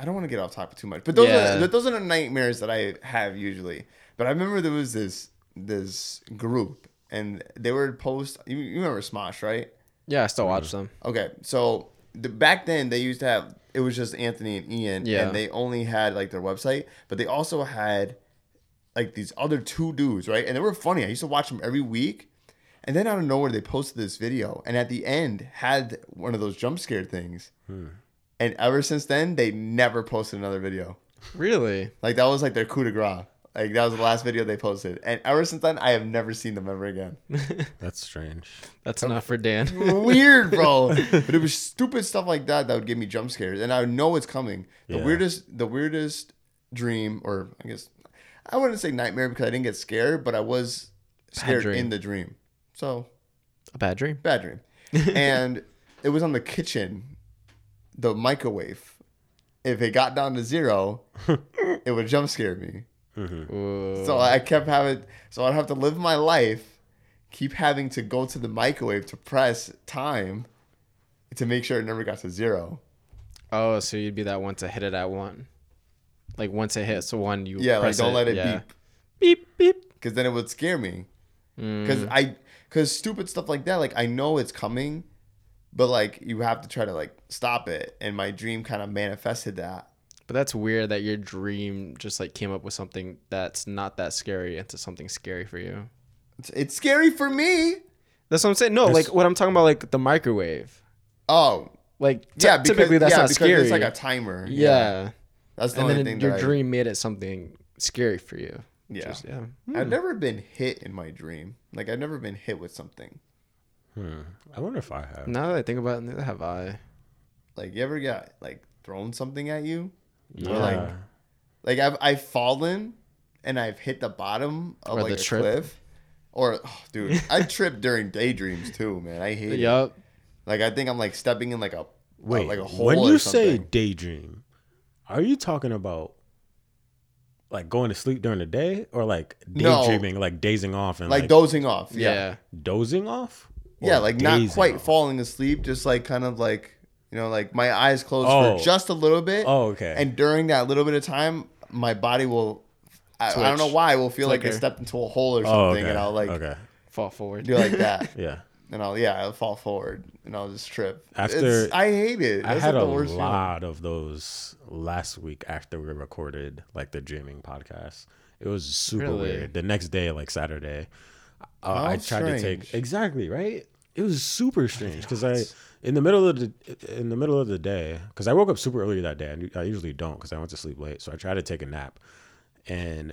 Speaker 2: I don't want to get off topic too much, but those
Speaker 3: Yeah.
Speaker 2: are those are the nightmares that I have usually. But I remember there was this this group, and they would post. You, you remember Smosh, right?
Speaker 3: Yeah, I still watch them.
Speaker 2: Okay, so the, back then they used to have it was just Anthony and Ian,
Speaker 3: Yeah.
Speaker 2: and they only had like their website, but they also had like these other two dudes, right? And they were funny. I used to watch them every week. And then out of nowhere, they posted this video, and at the end had one of those jump scare things. And ever since then, they never posted another video.
Speaker 3: Really?
Speaker 2: Like that was like their coup de grace. Like that was the last video they posted. And ever since then, I have never seen them ever again.
Speaker 1: That's strange.
Speaker 3: That's enough for Dan.
Speaker 2: Weird, bro. but it was stupid stuff like that that would give me jump scares, and I know it's coming. The
Speaker 1: Yeah.
Speaker 2: weirdest, the weirdest dream, or I guess I wouldn't say nightmare because I didn't get scared, but I was scared
Speaker 3: dream.
Speaker 2: in the dream. So
Speaker 3: A bad dream.
Speaker 2: bad dream. and it was on the kitchen, the microwave. If it got down to zero, it would jump scare me.
Speaker 3: Ooh.
Speaker 2: So I kept having, so I'd have to live my life, keep having to go to the microwave to press time to make sure it never got to zero.
Speaker 3: Oh, so you'd be that one to hit it at one. Like once it hits one, you
Speaker 2: Yeah, like
Speaker 3: press
Speaker 2: don't let it
Speaker 3: yeah.
Speaker 2: beep
Speaker 3: beep beep.
Speaker 2: because then it would scare me. Because
Speaker 3: Mm.
Speaker 2: I, because stupid stuff like that, like I know it's coming, but like you have to try to like stop it. And my dream kind of manifested that.
Speaker 3: But that's weird that your dream just like came up with something that's not that scary into something scary for you.
Speaker 2: It's, it's scary for me.
Speaker 3: That's what I'm saying. No,
Speaker 1: There's-
Speaker 3: like what I'm talking about, like the microwave.
Speaker 2: Oh,
Speaker 3: Like t-
Speaker 2: yeah, because,
Speaker 3: typically that's
Speaker 2: yeah,
Speaker 3: not
Speaker 2: because
Speaker 3: scary.
Speaker 2: It's like a timer.
Speaker 3: yeah.
Speaker 2: that's the
Speaker 3: and
Speaker 2: only
Speaker 3: then
Speaker 2: thing.
Speaker 3: your
Speaker 2: that I-
Speaker 3: dream made it something scary for you.
Speaker 2: Yeah.
Speaker 3: Just- yeah.
Speaker 1: Hmm.
Speaker 2: I've never been hit in my dream. Like I've never been hit with something.
Speaker 1: Hmm. I wonder if I have.
Speaker 3: Now that I think about it, neither have I.
Speaker 2: Like you ever got like thrown something at you?
Speaker 1: Yeah.
Speaker 2: like- Like I've I've fallen and I've hit the bottom of
Speaker 3: Or
Speaker 2: like
Speaker 3: the
Speaker 2: a
Speaker 3: trip.
Speaker 2: cliff. Or oh, dude, I trip during daydreams too, man. I hate it.
Speaker 3: Yup.
Speaker 2: Like I think I'm like stepping in like a uh,
Speaker 1: Wait,
Speaker 2: like a hole.
Speaker 1: when
Speaker 2: or
Speaker 1: you say
Speaker 2: something.
Speaker 1: daydream, are you talking about like going to sleep during the day or like
Speaker 2: No.
Speaker 1: daydreaming, like dazing off and
Speaker 2: like,
Speaker 1: like,
Speaker 2: dozing off.
Speaker 3: Yeah.
Speaker 2: Yeah.
Speaker 1: dozing off?
Speaker 2: Yeah,
Speaker 1: Or
Speaker 2: like not
Speaker 1: dazing
Speaker 2: quite
Speaker 1: off?
Speaker 2: falling asleep, just like kind of like you know, like my eyes closed
Speaker 1: Oh.
Speaker 2: for just a little bit.
Speaker 1: Oh, okay.
Speaker 2: And during that little bit of time, my body will. I, I don't know
Speaker 3: Twitch.
Speaker 2: why. I will feel like I
Speaker 3: Flicker.
Speaker 2: stepped into a hole or something,
Speaker 1: oh, okay.
Speaker 2: and I'll like
Speaker 1: okay.
Speaker 3: Fall forward.
Speaker 2: do like that,
Speaker 1: Yeah.
Speaker 2: and I'll yeah, I'll fall forward, and I'll just trip.
Speaker 1: After-
Speaker 2: It's- I hate it.
Speaker 1: I
Speaker 2: That's
Speaker 1: had
Speaker 2: like
Speaker 1: a
Speaker 2: the worst feeling.
Speaker 1: lot of those last week after we recorded like the dreaming podcast. It was super
Speaker 3: Really?
Speaker 1: weird. The next day, like Saturday, uh, I
Speaker 2: How
Speaker 1: tried to take
Speaker 2: strange.
Speaker 1: exactly right. It was super strange because I in the middle of the in the middle of the day because I woke up super early that day. I, nu- I usually don't because I went to sleep late, so I tried to take a nap, and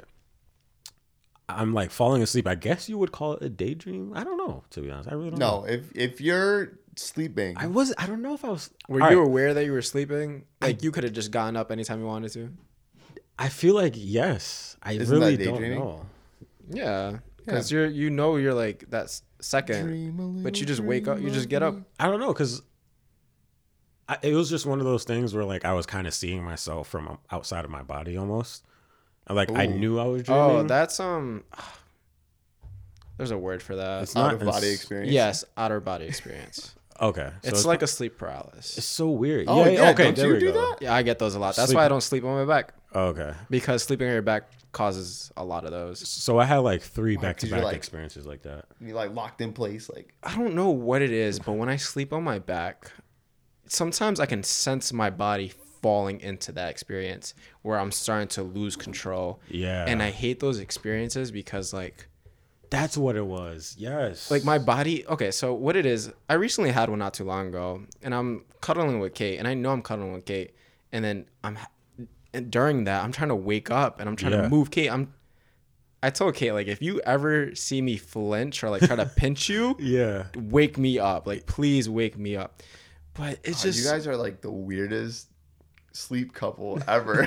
Speaker 1: I'm like falling asleep. I guess you would call it a daydream. I don't know to be honest. I really don't Know.
Speaker 2: No, if if you're sleeping,
Speaker 1: I was. I don't know if I was.
Speaker 3: Were
Speaker 1: All
Speaker 3: you
Speaker 1: right.
Speaker 3: aware that you were sleeping? Like you could have just gotten up anytime you wanted to.
Speaker 1: I feel like yes. I
Speaker 2: Isn't
Speaker 1: really
Speaker 2: that
Speaker 1: don't
Speaker 2: daydreaming?
Speaker 1: know.
Speaker 3: Yeah, because you're you know you're like that s- second,
Speaker 2: Dream a
Speaker 3: but you
Speaker 2: little
Speaker 3: just wake up, you
Speaker 2: dream
Speaker 3: just
Speaker 2: of
Speaker 3: get up.
Speaker 1: I don't know because it was just one of those things where like I was kind of seeing myself from outside of my body almost. And, Like I
Speaker 2: Ooh.
Speaker 1: knew I was dreaming.
Speaker 3: Oh, that's um, there's a word for that.
Speaker 1: It's not
Speaker 2: out of body
Speaker 1: ins-
Speaker 2: experience.
Speaker 3: yes, outer body experience.
Speaker 1: Okay, so
Speaker 3: it's, like a sleep paralysis.
Speaker 1: it's so weird.
Speaker 2: Oh yeah,
Speaker 1: okay,
Speaker 2: don't
Speaker 1: there
Speaker 2: you
Speaker 1: we
Speaker 2: do
Speaker 1: go.
Speaker 2: that?
Speaker 3: Yeah, I get those a lot. That's why I
Speaker 1: Sleep-
Speaker 3: don't sleep on my back
Speaker 1: Okay,
Speaker 3: because sleeping on your back causes a lot of those.
Speaker 1: so I had like three back to
Speaker 2: you're
Speaker 1: back
Speaker 2: like-
Speaker 1: experiences like that.
Speaker 2: You like locked in place, like
Speaker 3: I don't know what it is, but when I sleep on my back, sometimes I can sense my body falling into that experience where I'm starting to lose control.
Speaker 1: Yeah,
Speaker 3: and I hate those experiences because like
Speaker 1: that's what it was. Yes,
Speaker 3: like my body okay so what it is I recently had one not too long ago and I'm cuddling with Kate and I know I'm cuddling with Kate and then I'm and during that I'm trying to wake up and I'm trying
Speaker 1: Yeah.
Speaker 3: to move Kate I'm I told Kate like if you ever see me flinch or like try to pinch you
Speaker 1: yeah.
Speaker 3: wake me up like please wake me up but it's
Speaker 2: oh,
Speaker 3: just
Speaker 2: you guys are like the weirdest sleep couple ever.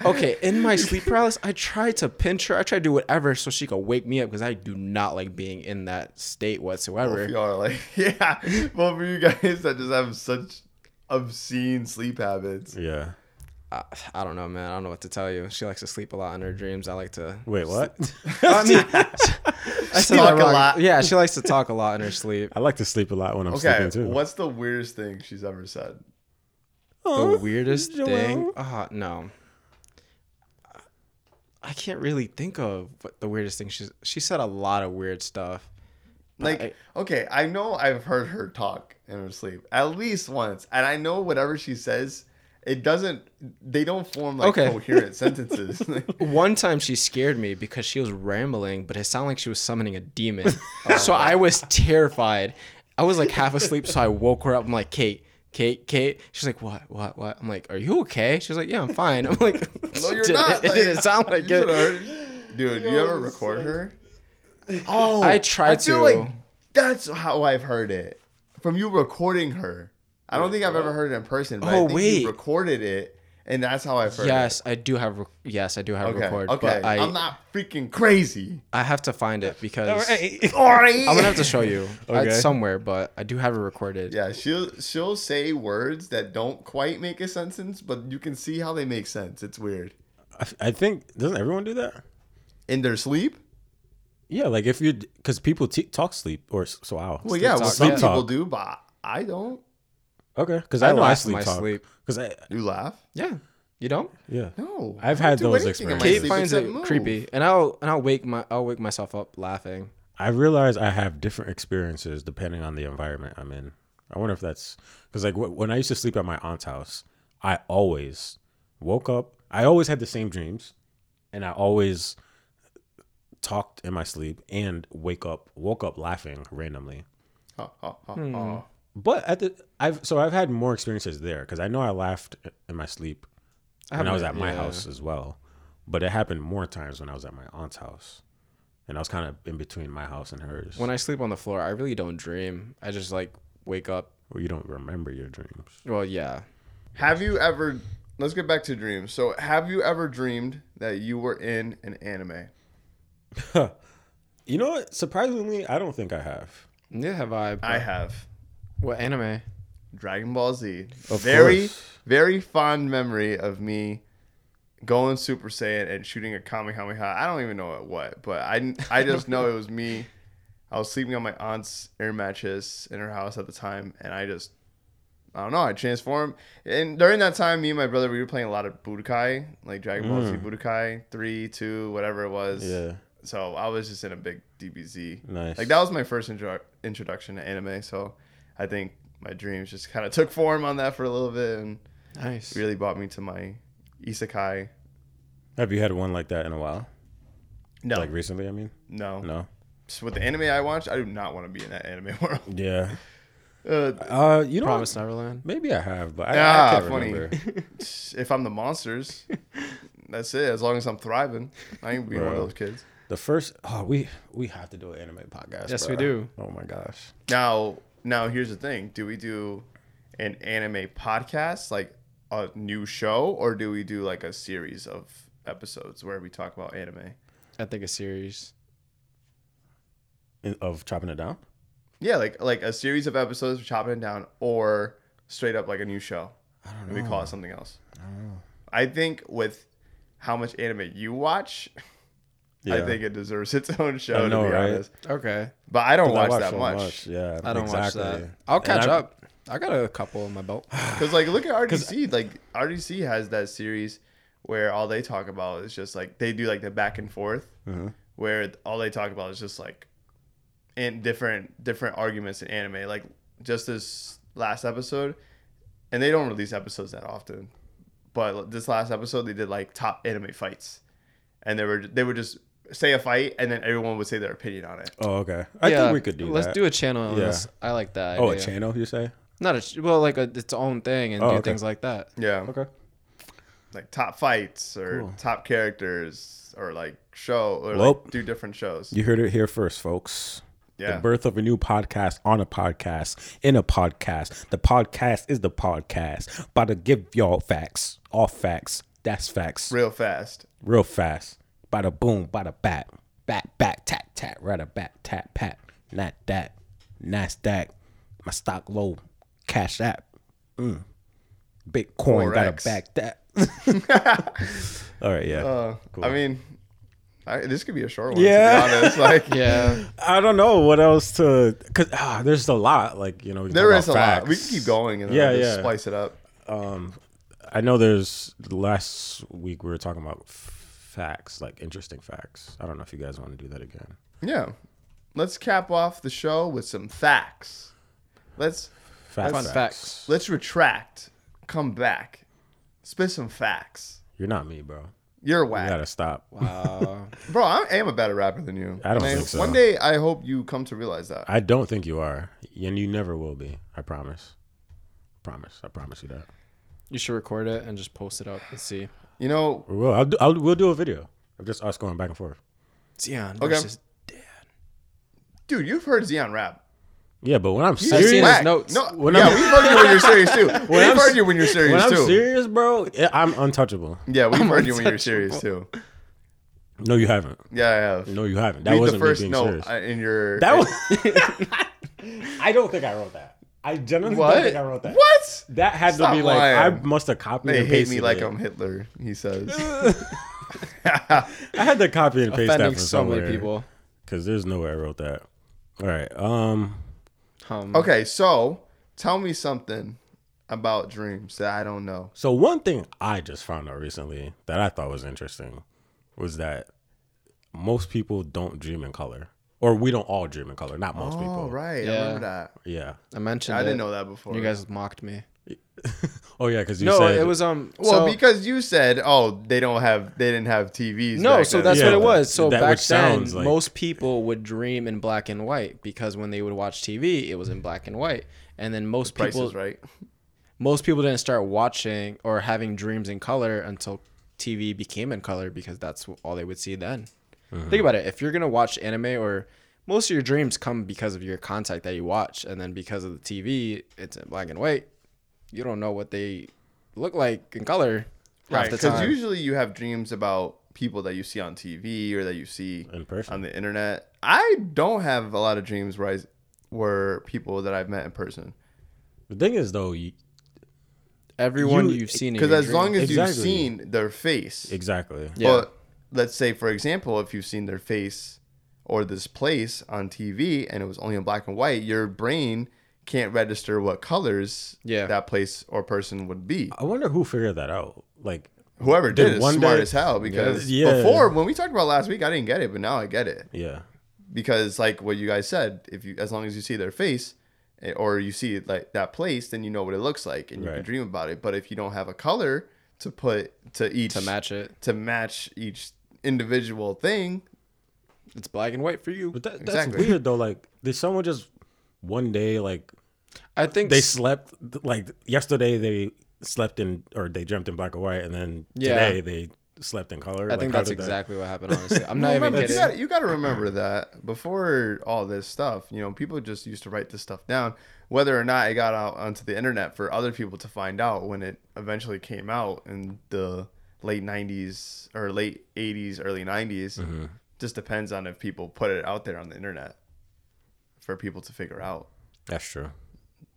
Speaker 3: okay in my sleep paralysis I tried to pinch her I tried to do whatever so she could wake me up because I do not like being in that state whatsoever
Speaker 2: both of y'all are like, yeah, both of you guys that just have such obscene sleep habits.
Speaker 1: Yeah.
Speaker 3: I, I don't know, man. I don't know what to tell you. She likes to sleep a lot in her dreams. I like to.
Speaker 1: Wait, what?
Speaker 3: I mean, I said
Speaker 2: Talk
Speaker 3: that
Speaker 2: a
Speaker 3: wrong.
Speaker 2: lot.
Speaker 3: Yeah, she likes to talk a lot in her sleep.
Speaker 1: I like to sleep a lot when I'm
Speaker 2: Okay,
Speaker 1: sleeping too.
Speaker 2: what's the weirdest thing she's ever said?
Speaker 1: Oh,
Speaker 3: The weirdest
Speaker 1: Joelle.
Speaker 3: thing. Ah, no. I can't really think of what the weirdest thing she's. She said a lot of weird stuff.
Speaker 2: Like, okay, I know I've heard her talk in her sleep at least once, and I know whatever she says, it doesn't. They don't form like
Speaker 3: Okay.
Speaker 2: coherent sentences.
Speaker 3: One time she scared me because she was rambling, but it sounded like she was summoning a demon.
Speaker 2: Oh,
Speaker 3: so I was terrified. I was like half asleep, so I woke her up. I'm like, Kate, Kate, Kate. She's like, what, what, what? I'm like, are you okay? She's like, yeah, I'm fine. I'm like,
Speaker 2: no, you're
Speaker 3: it,
Speaker 2: not.
Speaker 3: It,
Speaker 2: like,
Speaker 3: didn't sound like
Speaker 2: you
Speaker 3: it.
Speaker 2: should've heard- Dude, you ever record her? Oh,
Speaker 3: I tried
Speaker 2: I feel
Speaker 3: to.
Speaker 2: like that's how I've heard it from you recording her. I don't think I've ever heard it in person, but I
Speaker 3: Oh,
Speaker 2: think
Speaker 3: wait.
Speaker 2: you recorded it, and that's how I've heard it.
Speaker 3: Yes, I do have. Rec- yes, I do have
Speaker 2: Okay.
Speaker 3: record.
Speaker 2: okay.
Speaker 3: But I,
Speaker 2: I'm not freaking crazy.
Speaker 3: I have to find it because
Speaker 2: Sorry.
Speaker 3: I'm gonna have to show you
Speaker 1: Okay.
Speaker 3: It's somewhere. But I do have it recorded.
Speaker 2: Yeah, she'll she'll say words that don't quite make a sentence, but you can see how they make sense. It's weird.
Speaker 1: I, I think doesn't everyone do that?
Speaker 2: In their sleep?
Speaker 1: Yeah, like if you because people te- talk sleep or s- so wow.
Speaker 2: Well, yeah, well,
Speaker 3: talk,
Speaker 2: some
Speaker 1: yeah.
Speaker 2: people
Speaker 1: Sleep talk.
Speaker 2: do, but I don't.
Speaker 1: Okay, because
Speaker 3: I
Speaker 1: I, know I
Speaker 3: laugh in
Speaker 1: sleep
Speaker 3: my
Speaker 1: talk.
Speaker 3: sleep.
Speaker 1: Because I
Speaker 2: You laugh?
Speaker 3: Yeah. You don't?
Speaker 1: yeah.
Speaker 2: No.
Speaker 1: I've
Speaker 2: I don't
Speaker 1: had
Speaker 2: do
Speaker 1: those
Speaker 2: anything in my
Speaker 1: experiences.
Speaker 2: sleep
Speaker 3: Kate finds
Speaker 2: except
Speaker 3: it
Speaker 2: move.
Speaker 3: creepy, and I'll and I'll wake my I'll wake myself up laughing.
Speaker 1: I realize I have different experiences depending on the environment I'm in. I wonder if that's because like wh- when I used to sleep at my aunt's house, I always woke up. I always had the same dreams, and I always talked in my sleep and wake up woke up laughing randomly.
Speaker 2: Ha, ha, ha, ha.
Speaker 1: But at the I've so I've had more experiences there because I know I laughed in my sleep when I was at my
Speaker 3: yeah.
Speaker 1: house as well. But it happened more times when I was at my aunt's house, and I was kind of in between my house and hers.
Speaker 3: When I sleep on the floor, I really don't dream. I just like wake up.
Speaker 1: where you don't remember your dreams.
Speaker 3: Well, yeah.
Speaker 2: Have you ever? Let's get back to dreams. So, have you ever dreamed that you were in an anime?
Speaker 1: You know what? Surprisingly, I don't think I have.
Speaker 3: Yeah, have I?
Speaker 2: I have
Speaker 3: What anime?
Speaker 2: Dragon Ball Z.
Speaker 1: Of
Speaker 2: very,
Speaker 1: course.
Speaker 2: very fond memory of me going Super Saiyan and shooting a Kamehameha. I don't even know at what, but I, I just know it was me. I was sleeping on my aunt's air mattress in her house at the time, and I just, I don't know, I transformed. And during that time, me and my brother, we were playing a lot of Budokai, like Dragon Ball Z Budokai 3, 2, whatever it was.
Speaker 1: Mm. Yeah.
Speaker 2: So I was just in a big DBZ.
Speaker 1: Nice.
Speaker 2: Like that was my first intro- introduction to anime, so I think my dreams just kind of took form on that for a little bit and
Speaker 3: Nice.
Speaker 2: really brought me to my isekai.
Speaker 1: Have you had one like that in a while?
Speaker 2: No,
Speaker 1: Like recently, I mean?
Speaker 2: no,
Speaker 1: No.
Speaker 2: Just with the anime I watched, I do not want to be in that anime world.
Speaker 1: Yeah.
Speaker 2: Uh,
Speaker 1: Uh, you know, what?
Speaker 3: Promise Neverland.
Speaker 1: maybe I have, but I, I
Speaker 2: Ah,
Speaker 1: can't
Speaker 2: funny.
Speaker 1: remember.
Speaker 2: if I'm the monsters, that's it. As long as I'm thriving, I ain't be one of
Speaker 1: Bro.
Speaker 2: those kids.
Speaker 1: The first, oh, we we have to do an anime podcast.
Speaker 3: Yes,
Speaker 1: bruh.
Speaker 3: we do.
Speaker 1: Oh my gosh.
Speaker 2: Now, now here's the thing: Do we do an anime podcast, like a new show, or do we do like a series of episodes where we talk about anime?
Speaker 3: I think a series.
Speaker 1: In- Of chopping it down.
Speaker 2: Yeah, like like a series of episodes of chopping it down, or straight up like a new show. I don't know. We call it something else. I think with how much anime you watch, I
Speaker 1: Yeah.
Speaker 2: think it deserves its own show.
Speaker 1: I know,
Speaker 2: to be
Speaker 1: right?
Speaker 2: honest,
Speaker 3: Okay.
Speaker 2: but I don't
Speaker 1: I
Speaker 2: watch
Speaker 1: watch
Speaker 2: that
Speaker 1: so
Speaker 2: much.
Speaker 1: Yeah.
Speaker 3: I don't
Speaker 1: exactly.
Speaker 3: watch that. I'll
Speaker 1: And
Speaker 3: catch
Speaker 1: I-
Speaker 3: up. I got a couple in my belt.
Speaker 2: Because like, look at RDC. Like RDC has that series where all they talk about is just like they do like the back and forth, where all they talk about is just like in different different arguments in anime. Like just this last episode, and they don't release episodes that often, but this last episode they did like top anime fights, and they were they would just say a fight, and then everyone would say their opinion on it.
Speaker 1: Oh, okay. I think we could do
Speaker 3: Let's
Speaker 1: that.
Speaker 3: do a channel. on
Speaker 1: Yeah.
Speaker 3: this. I like that.
Speaker 1: Oh, a
Speaker 3: idea.
Speaker 1: channel, you say?
Speaker 3: Not a ch- well, like a, its own thing, and
Speaker 1: Oh,
Speaker 3: do
Speaker 1: okay.
Speaker 3: things like that.
Speaker 2: Yeah.
Speaker 1: Okay.
Speaker 2: like top fights or top characters or like show or
Speaker 1: Welp.
Speaker 2: like do different shows.
Speaker 1: You heard it here first, folks.
Speaker 2: Yeah.
Speaker 1: The birth of a new podcast on a podcast in a podcast. The podcast is the podcast. About to give y'all facts, all facts. That's facts,
Speaker 2: Real fast.
Speaker 1: real fast. Bada boom, bada bat, bat, bat, tat, tat, right a bat, tat, pat. Not that, Nasdaq, my stock low, cash app, mm. Bitcoin, gotta
Speaker 2: Forex.
Speaker 1: back that. all right, yeah.
Speaker 2: Uh, I mean, I, this could be a short one.
Speaker 1: Yeah.
Speaker 2: To be honest. Like
Speaker 3: Yeah.
Speaker 1: I don't know what else to, cause ah, there's a lot. Like you know, we can
Speaker 2: there
Speaker 1: talk
Speaker 2: is a
Speaker 1: about
Speaker 2: lot. We
Speaker 1: facts.
Speaker 2: can keep going and
Speaker 1: Yeah,
Speaker 2: yeah, just
Speaker 1: yeah.
Speaker 2: splice it up.
Speaker 1: I know there's last week we were talking about f- facts, like interesting facts. I don't know if you guys want to do that again.
Speaker 2: Yeah. let's cap off the show with some facts. Let's
Speaker 1: Facts,
Speaker 3: Fun facts.
Speaker 2: let's retract, come back, spit some facts.
Speaker 1: You're not me, bro.
Speaker 2: You're
Speaker 1: You
Speaker 2: whack,
Speaker 1: gotta stop.
Speaker 3: Wow.
Speaker 2: bro. I am a better rapper than you.
Speaker 1: I don't
Speaker 2: And
Speaker 1: think so.
Speaker 2: One day, I hope you come to realize that.
Speaker 1: I don't think you are, and you never will be. I promise. Promise. I promise you that.
Speaker 3: you should record it and just post it up and see.
Speaker 2: You know,
Speaker 1: We will. I'll do, I'll, we'll do a video of just us going back and forth.
Speaker 3: Dion
Speaker 2: Okay.
Speaker 3: versus
Speaker 2: dude, you've heard Zion rap.
Speaker 1: Yeah, but when I'm
Speaker 2: He's
Speaker 3: seen
Speaker 1: serious,
Speaker 3: his
Speaker 2: whack.
Speaker 3: notes.
Speaker 2: No,
Speaker 1: When
Speaker 2: yeah,
Speaker 1: I'm-
Speaker 2: we've heard you when you're serious too. we've
Speaker 1: I'm
Speaker 2: heard
Speaker 1: s-
Speaker 2: you when you're
Speaker 1: when
Speaker 2: serious
Speaker 1: I'm
Speaker 2: too.
Speaker 1: serious, bro, yeah, I'm untouchable.
Speaker 2: Yeah, we've heard you when you're serious too.
Speaker 1: No, you haven't.
Speaker 2: Yeah, I have.
Speaker 1: No, you haven't. That
Speaker 2: Read the
Speaker 1: wasn't
Speaker 2: first
Speaker 1: me being
Speaker 2: note
Speaker 1: serious.
Speaker 2: uh, in your.
Speaker 1: that was. I don't think I wrote that. I genuinely
Speaker 3: What?
Speaker 1: don't think I wrote that.
Speaker 2: what?
Speaker 1: That had
Speaker 2: Stop
Speaker 1: to be like
Speaker 2: lying.
Speaker 1: I must have copied
Speaker 2: They
Speaker 1: and
Speaker 2: hate
Speaker 1: pasted
Speaker 2: me like
Speaker 1: it.
Speaker 2: I'm Hitler. He says.
Speaker 1: I had to copy and paste
Speaker 3: offending
Speaker 1: that from
Speaker 3: so many people.
Speaker 1: because there's no way I wrote that. All right. Um.
Speaker 3: Um,
Speaker 2: Okay, so tell me something about dreams that I don't know.
Speaker 1: So one thing I just found out recently that I thought was interesting was that most people don't dream in color, or we don't all dream in color. Not most
Speaker 2: Oh,
Speaker 1: people.
Speaker 2: right. I
Speaker 3: Yeah.
Speaker 2: remember that.
Speaker 1: Yeah.
Speaker 3: I mentioned.
Speaker 2: I
Speaker 3: it.
Speaker 2: didn't know that before.
Speaker 3: You guys mocked me.
Speaker 1: Oh yeah, because you
Speaker 3: no,
Speaker 1: said
Speaker 3: it was um.
Speaker 2: well,
Speaker 3: so-
Speaker 2: because you said, "Oh, they don't have, they didn't have TVs."
Speaker 3: No,
Speaker 2: back
Speaker 3: so
Speaker 2: then.
Speaker 3: that's
Speaker 1: Yeah,
Speaker 3: what it
Speaker 1: but
Speaker 3: was. So
Speaker 1: that
Speaker 3: back
Speaker 1: which
Speaker 3: then,
Speaker 1: sounds like-
Speaker 3: most people would dream in black and white because when they would watch TV, it was in black and white. And then most
Speaker 2: Price
Speaker 3: people,
Speaker 2: is right.
Speaker 3: most people didn't start watching or having dreams in color until TV became in color because that's all they would see then. Think about it. If you're gonna watch anime or most of your dreams come because of your contact that you watch, and then because of the TV, it's in black and white. You don't know what they look like in color half
Speaker 2: Right,
Speaker 3: the
Speaker 2: because
Speaker 3: time.
Speaker 2: usually you have dreams about people that you see on TV or that you see
Speaker 1: in person.
Speaker 2: on the internet. I don't have a lot of dreams where I were people that I've met in person.
Speaker 1: the thing is though, you,
Speaker 3: Everyone
Speaker 1: you-
Speaker 3: you, have seen in
Speaker 2: Because
Speaker 3: your
Speaker 2: as long
Speaker 3: dream-
Speaker 2: as you've
Speaker 1: Exactly.
Speaker 2: seen their face,
Speaker 1: exactly.
Speaker 3: Yeah.
Speaker 2: But let's say, for example, if you've seen their face or this place on TV and it was only in black and white, your brain can't register what colors
Speaker 3: Yeah.
Speaker 2: that place or person would be.
Speaker 1: I wonder who figured that out. Like,
Speaker 2: Whoever did,
Speaker 1: Did
Speaker 2: is
Speaker 1: Uh, one
Speaker 2: smart
Speaker 1: day-
Speaker 2: as hell because
Speaker 1: Yeah. Yeah.
Speaker 2: before when we talked about last week, I didn't get it, but now I get it
Speaker 1: yeah,
Speaker 2: because like what you guys said, if you as long as you see their face eh, or you see like that place, then you know what it looks like and you can
Speaker 1: Right.
Speaker 2: dream about it. But if you don't have a color to put to each
Speaker 3: to match it.
Speaker 2: to match each individual thing,
Speaker 3: It's black and white for you.
Speaker 1: but that, that's
Speaker 2: Exactly.
Speaker 1: weird though. Like, did someone just one day like
Speaker 3: I think
Speaker 1: they
Speaker 3: s-
Speaker 1: slept like yesterday they slept in or they dreamt in black and white, and then
Speaker 3: Yeah.
Speaker 1: today they slept in color.
Speaker 3: I think that's exactly what happened. Honestly, I'm not
Speaker 2: Well,
Speaker 3: even
Speaker 2: remember,
Speaker 3: kidding.
Speaker 2: You gotta, you gotta remember that before all this stuff, you know, people just used to write this stuff down, whether or not it got out onto the internet for other people to find out when it eventually came out in the late 90s or late 80s, early 90s.
Speaker 3: Mm-hmm.
Speaker 2: Just depends on if people put it out there on the internet for people to figure out.
Speaker 1: That's true.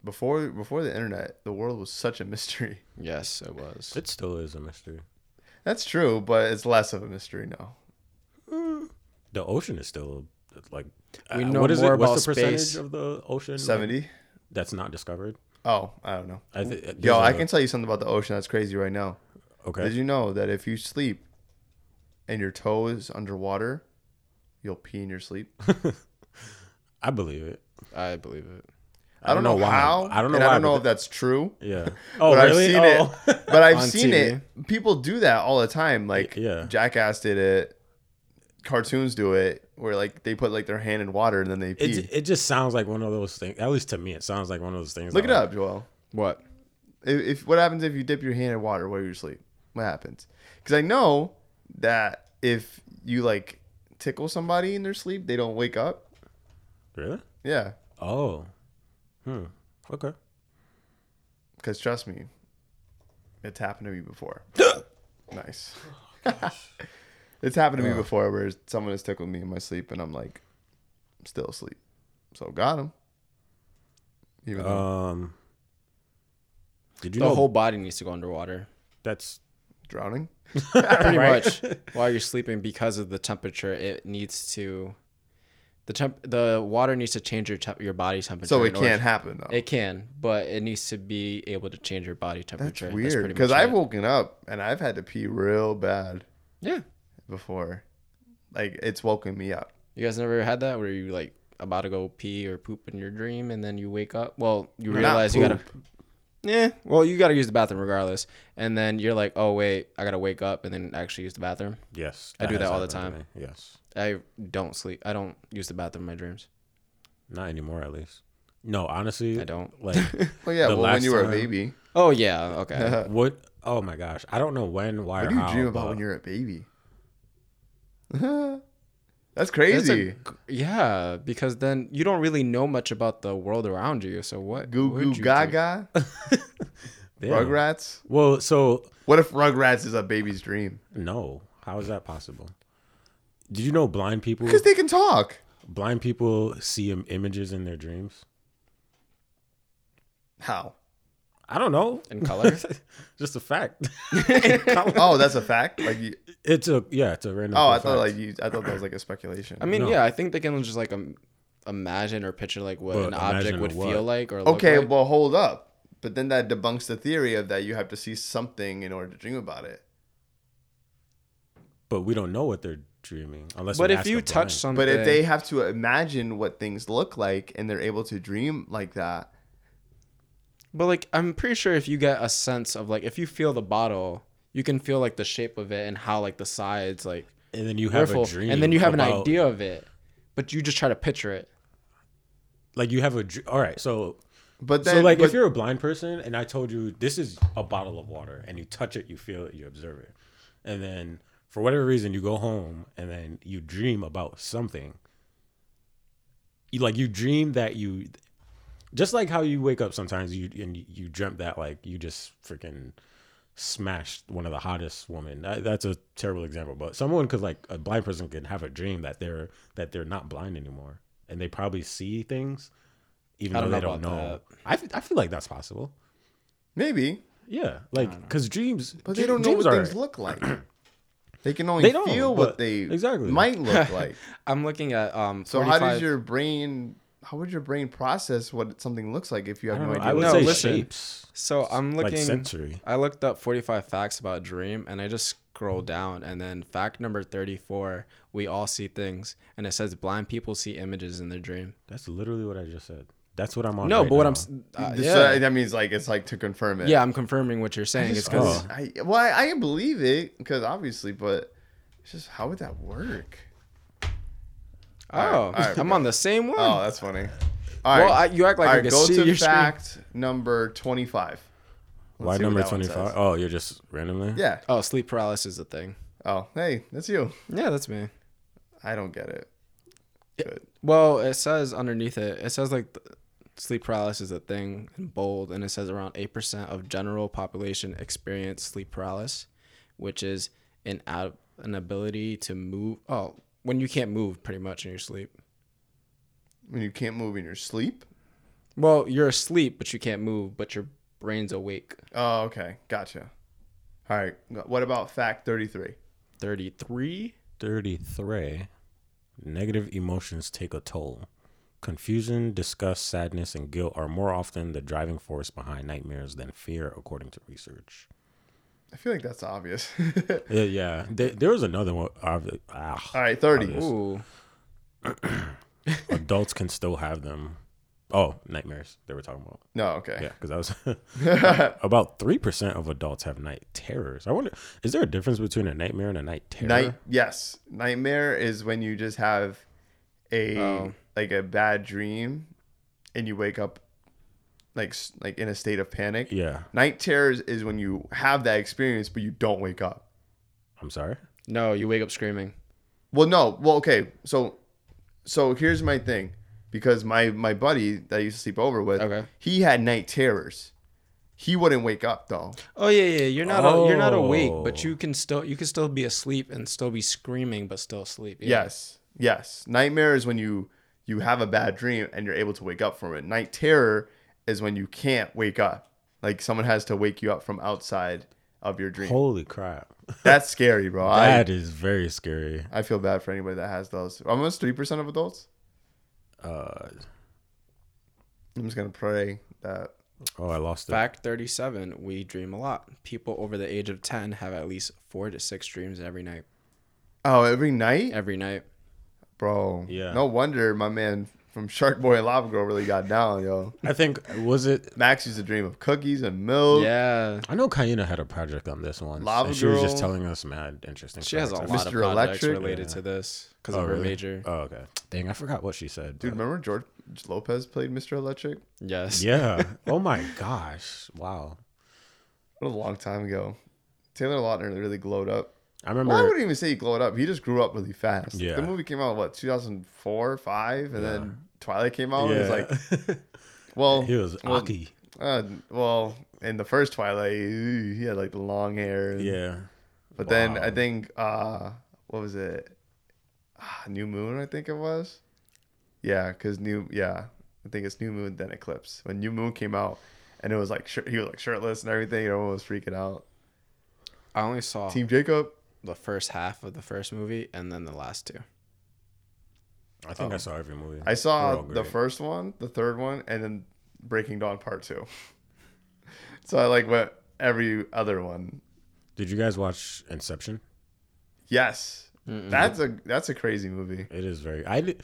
Speaker 2: Before before the internet, the world was such a mystery.
Speaker 3: Yes, it was.
Speaker 1: It still is a mystery.
Speaker 2: That's true, but it's less of a mystery now.
Speaker 1: The ocean is still like
Speaker 3: We
Speaker 1: uh,
Speaker 3: know
Speaker 1: what is
Speaker 3: more
Speaker 1: it? What's
Speaker 3: about
Speaker 1: the percentage
Speaker 3: space.
Speaker 1: of the ocean like,
Speaker 2: 70?
Speaker 1: that's not discovered?
Speaker 2: Oh, I don't know.
Speaker 1: I th- there's
Speaker 2: Yo, I
Speaker 1: a-
Speaker 2: can tell you something about the ocean that's crazy right now.
Speaker 1: Okay,
Speaker 2: Did you know that if you sleep and your toe is underwater, you'll pee in your sleep? I
Speaker 1: I believe it.
Speaker 3: I believe it.
Speaker 1: I don't, know, why.
Speaker 2: how.
Speaker 1: I don't know
Speaker 2: and
Speaker 1: why.
Speaker 2: I don't know
Speaker 1: but
Speaker 2: if that's true.
Speaker 1: th- yeah. Oh,
Speaker 2: but
Speaker 1: really?
Speaker 2: I've seen
Speaker 1: oh.
Speaker 2: it. But I've
Speaker 3: On
Speaker 2: seen
Speaker 3: TV.
Speaker 2: it. People do that all the time. Like
Speaker 1: yeah.
Speaker 2: Jackass did it. Cartoons do it, where like they put like their hand in water and then they pee.
Speaker 1: It, it just sounds like one of those things. At least to me, it sounds like one of those things.
Speaker 2: Look it
Speaker 1: that, like,
Speaker 2: up, Joel.
Speaker 3: What?
Speaker 2: If, if what happens if you dip your hand in water while you're asleep? What happens? Because I know that if you like tickle somebody in their sleep, they don't wake up.
Speaker 1: Really?
Speaker 2: Yeah,
Speaker 1: Oh. Hmm. Okay.
Speaker 2: Because trust me, it's happened to me before.
Speaker 1: Oh,
Speaker 2: nice. it's happened to me before where someone has tickled me in my sleep and I'm like, still asleep. So got him. Even though
Speaker 1: Um. Did you
Speaker 3: The
Speaker 1: know
Speaker 3: whole body needs to go underwater.
Speaker 1: that's
Speaker 2: drowning.
Speaker 3: Pretty
Speaker 1: Right.
Speaker 3: much while you're sleeping because of the temperature, it needs to the temp the water needs to change your temp, your body temperature.
Speaker 2: So it
Speaker 3: in order-
Speaker 2: can't happen though.
Speaker 3: It can, but it needs to be able to change your body
Speaker 2: That's
Speaker 3: temperature.
Speaker 2: weird.
Speaker 3: pretty
Speaker 2: Because
Speaker 3: much
Speaker 2: I've
Speaker 3: it.
Speaker 2: woken up and I've had to pee real bad
Speaker 3: yeah.
Speaker 2: before. Like it's woken me up.
Speaker 3: You guys never had that where you like about to go pee or poop in your dream, and then you wake up. Well, you
Speaker 2: Not
Speaker 3: realize you gotta.
Speaker 2: poop.
Speaker 3: Yeah. Well, you gotta use the bathroom regardless, and then you're like, oh wait, I gotta wake up and then actually use the bathroom.
Speaker 1: Yes,
Speaker 3: I do
Speaker 1: has
Speaker 3: that all the
Speaker 1: happened to me. Yes,
Speaker 3: I don't sleep. I don't use the bathroom in my dreams.
Speaker 1: not anymore at least. No, honestly,
Speaker 3: I don't.
Speaker 1: like.
Speaker 2: Well,
Speaker 1: The
Speaker 2: yeah. well, when
Speaker 1: last
Speaker 2: you were a
Speaker 1: time-
Speaker 2: baby,
Speaker 3: Oh yeah. Okay.
Speaker 1: What? Oh my gosh! I don't know when, why,
Speaker 2: what
Speaker 1: or
Speaker 2: do you
Speaker 1: how,
Speaker 2: dream about
Speaker 1: but
Speaker 2: when you're a baby? That's
Speaker 3: That's a-
Speaker 2: crazy.
Speaker 3: yeah, because then you don't really know much about the world around you. So what?
Speaker 2: Goo
Speaker 3: would
Speaker 2: goo
Speaker 3: you do?
Speaker 2: gaga,
Speaker 1: Damn.
Speaker 2: Rugrats.
Speaker 1: Well, so
Speaker 2: What if Rugrats is a baby's dream?
Speaker 1: no. How is that possible? Did you know blind people?
Speaker 2: Because they can talk.
Speaker 1: blind people see im- images in their dreams.
Speaker 2: How?
Speaker 1: I don't know.
Speaker 3: In color?
Speaker 1: Just a fact.
Speaker 2: Oh, that's a fact. Like, you,
Speaker 1: It's a yeah. It's a random.
Speaker 2: oh, I
Speaker 1: fact.
Speaker 2: thought like you. I thought that was like a speculation.
Speaker 3: I mean,
Speaker 1: No.
Speaker 3: yeah, I think they can just like um, imagine or picture like what
Speaker 1: But
Speaker 3: an object
Speaker 1: imagine
Speaker 3: would
Speaker 1: what?
Speaker 3: feel like or look
Speaker 2: okay,
Speaker 3: like.
Speaker 2: well, hold up. But then that debunks the theory of that you have to see something in order to dream about it.
Speaker 1: but we don't know what they're dreaming unless.
Speaker 3: but
Speaker 1: we
Speaker 3: if
Speaker 1: ask
Speaker 3: you
Speaker 1: the
Speaker 3: touch
Speaker 1: blind.
Speaker 3: something,
Speaker 2: But if they have to imagine what things look like and they're able to dream like that,
Speaker 3: but like I'm pretty sure if you get a sense of like if you feel the bottle, you can feel like the shape of it and how like the sides like
Speaker 1: and then you have
Speaker 3: peripheral,
Speaker 1: a dream,
Speaker 3: and then you have an
Speaker 1: about-
Speaker 3: idea of it, but you just try to picture it.
Speaker 1: Like you have a. dr- All right, so
Speaker 2: but then
Speaker 1: so like
Speaker 2: but-
Speaker 1: if you're a blind person and I told you this is a bottle of water and you touch it, you feel it, you observe it, and then for whatever reason you go home and then you dream about something. You like you dream that you, just like how you wake up sometimes you and you- you dreamt that like you just freaking smashed one of the hottest women. That, that's a terrible example, but someone could like a blind person can have a dream that they're that they're not blind anymore and they probably see things even
Speaker 3: I
Speaker 1: though
Speaker 3: don't
Speaker 1: they
Speaker 3: know
Speaker 1: don't
Speaker 3: about
Speaker 1: know. I f- I feel like that's possible.
Speaker 2: maybe,
Speaker 1: Yeah, like because dreams,
Speaker 2: but they
Speaker 1: dr-
Speaker 2: don't know
Speaker 1: dreams
Speaker 2: what
Speaker 1: are-
Speaker 2: things look like. They can only
Speaker 1: They don't,
Speaker 2: feel
Speaker 1: but-
Speaker 2: what they
Speaker 1: exactly.
Speaker 2: might look like.
Speaker 3: I'm looking at um.
Speaker 2: So how does
Speaker 3: 45
Speaker 2: your brain? How would your brain process what something looks like if you
Speaker 1: I
Speaker 2: have
Speaker 1: don't
Speaker 2: no
Speaker 1: know.
Speaker 2: idea?
Speaker 1: I would
Speaker 2: what it
Speaker 1: say
Speaker 2: looks
Speaker 3: listen.
Speaker 1: shapes,
Speaker 3: So I'm
Speaker 1: like
Speaker 3: looking.
Speaker 1: sensory.
Speaker 3: I looked up 45 facts about dream, and I just scroll down, and then fact number 34: we all see things, and it says blind people see images in their dream.
Speaker 1: That's literally what I just said. That's what I'm on.
Speaker 3: no,
Speaker 1: Oh, right
Speaker 3: but what
Speaker 1: now.
Speaker 3: I'm s- uh,
Speaker 2: like?
Speaker 3: yeah.
Speaker 2: So that means like it's like to confirm it.
Speaker 3: yeah, I'm confirming what you're saying. It's because
Speaker 1: Oh.
Speaker 2: I, well, I, I believe it because obviously, but it's just how would that work?
Speaker 3: oh,
Speaker 2: Alright, alright,
Speaker 3: I'm
Speaker 2: bro.
Speaker 3: on the same one.
Speaker 2: Oh, that's funny. All right,
Speaker 3: well, I, you act like
Speaker 2: all
Speaker 3: I
Speaker 2: right.
Speaker 3: can
Speaker 2: Go
Speaker 3: see
Speaker 2: to
Speaker 3: your fact.
Speaker 2: fact number twenty-five. Let's
Speaker 1: Why
Speaker 2: see what
Speaker 1: number
Speaker 2: that one
Speaker 1: twenty
Speaker 2: says.
Speaker 1: five? Oh, you're just randomly.
Speaker 2: Yeah.
Speaker 3: Oh, sleep paralysis is a thing.
Speaker 2: Oh, hey, that's you.
Speaker 3: Yeah, that's me.
Speaker 2: I don't get it. Good.
Speaker 3: Well, it says underneath it, it says like th- sleep paralysis is a thing in bold, and it says around 8% of general population experience sleep paralysis, which is an, ab- an ability to move. Oh, when you can't move pretty much in your sleep.
Speaker 2: When you can't move in your sleep.
Speaker 3: Well, you're asleep, but you can't move, but your brain's awake.
Speaker 2: Oh, okay, gotcha. All right. What about fact thirty-three?
Speaker 3: 33?
Speaker 1: Thirty three. Negative emotions take a toll. Confusion, disgust, sadness, and guilt are more often the driving force behind nightmares than fear, according to research.
Speaker 2: I feel like that's obvious.
Speaker 1: Yeah, yeah. There, there was another one. obvi- ah.
Speaker 2: All right, thirty.
Speaker 3: Ooh.
Speaker 1: adults can still have them. Oh, nightmares. They were talking about.
Speaker 2: No, okay.
Speaker 1: Yeah, because I was about three percent of adults have night terrors. I wonder, is there a difference between a nightmare and a night terror?
Speaker 2: Night. Yes, nightmare is when you just have a
Speaker 3: Oh.
Speaker 2: like a bad dream, and you wake up like s- like in a state of panic.
Speaker 1: Yeah,
Speaker 2: Night terrors is when you have that experience, but you don't wake up.
Speaker 1: I'm sorry.
Speaker 3: No, you wake up screaming.
Speaker 2: Well, no. Well, okay. So, so here's my thing, because my my buddy that I used to sleep over with,
Speaker 3: Okay.
Speaker 2: he had night terrors. He wouldn't wake up though.
Speaker 3: Oh yeah, yeah. You're not a- you're not awake,
Speaker 1: Oh.
Speaker 3: but you can still you can still be asleep and still be screaming, but still asleep. Yeah.
Speaker 2: Yes. Yes. Nightmare is when you you have a bad dream and you're able to wake up from it. Night terror is when you can't wake up. Like someone has to wake you up from outside of your dream.
Speaker 1: Holy crap,
Speaker 2: That's scary, bro. I
Speaker 1: that is very scary.
Speaker 2: I feel bad for anybody that has those. Almost three percent of adults.
Speaker 1: Uh,
Speaker 2: I'm just gonna pray that.
Speaker 1: oh, I lost it.
Speaker 3: Fact 37, we dream a lot. People over the age of 10 have at least 4 to 6 dreams every night.
Speaker 2: Oh, every night,
Speaker 3: Every night.
Speaker 2: bro.
Speaker 1: Yeah.
Speaker 2: No wonder my man from Shark Boy and Lava Girl really got down, yo.
Speaker 1: I think was it.
Speaker 2: Max used to dream of cookies and milk.
Speaker 3: Yeah.
Speaker 1: I know Kayena had a project on this one.
Speaker 2: Lava
Speaker 1: she was just
Speaker 2: Girl.
Speaker 1: telling us mad interesting.
Speaker 3: She has a
Speaker 1: facts.
Speaker 3: lot
Speaker 1: I
Speaker 3: of
Speaker 2: Mr.
Speaker 3: projects
Speaker 2: Electric?
Speaker 3: related to this because of her
Speaker 1: really?
Speaker 3: major.
Speaker 1: Oh, okay. Dang, I forgot what she said.
Speaker 2: Dude,
Speaker 1: but-
Speaker 2: remember George Lopez played Mr. Electric?
Speaker 3: Yes.
Speaker 1: yeah. Oh my gosh. Wow.
Speaker 2: What a long time ago. Taylor Lautner really glowed up.
Speaker 1: I remember.
Speaker 2: Well, I wouldn't even say he glowed up. He just grew up really fast.
Speaker 1: Yeah.
Speaker 2: The movie came out, what, 2004, 5? And then Twilight came out. And it was like,
Speaker 1: like
Speaker 2: well.
Speaker 1: he was
Speaker 2: well,
Speaker 1: Aki.
Speaker 2: Uh, well, in the first Twilight, ooh, he had like the long hair. and-
Speaker 1: Yeah.
Speaker 2: But then
Speaker 1: Wow.
Speaker 2: I think uh what was it? Ah, New Moon, I think it was. Yeah, cuz new yeah, I think it's New Moon then Eclipse. When New Moon came out and it was like shir- he was like shirtless and everything, and everyone was freaking out.
Speaker 3: I only saw
Speaker 2: Team Jacob.
Speaker 3: the first half of the first movie and then the last two.
Speaker 1: I think I saw every movie.
Speaker 2: um, I
Speaker 1: They're
Speaker 2: saw
Speaker 1: all
Speaker 2: the
Speaker 1: great.
Speaker 2: first one, the third one, and then Breaking Dawn Part 2. so I like went every other one.
Speaker 1: Did you guys watch Inception?
Speaker 2: Yes. That's a that's a crazy movie.
Speaker 1: It is very. I did.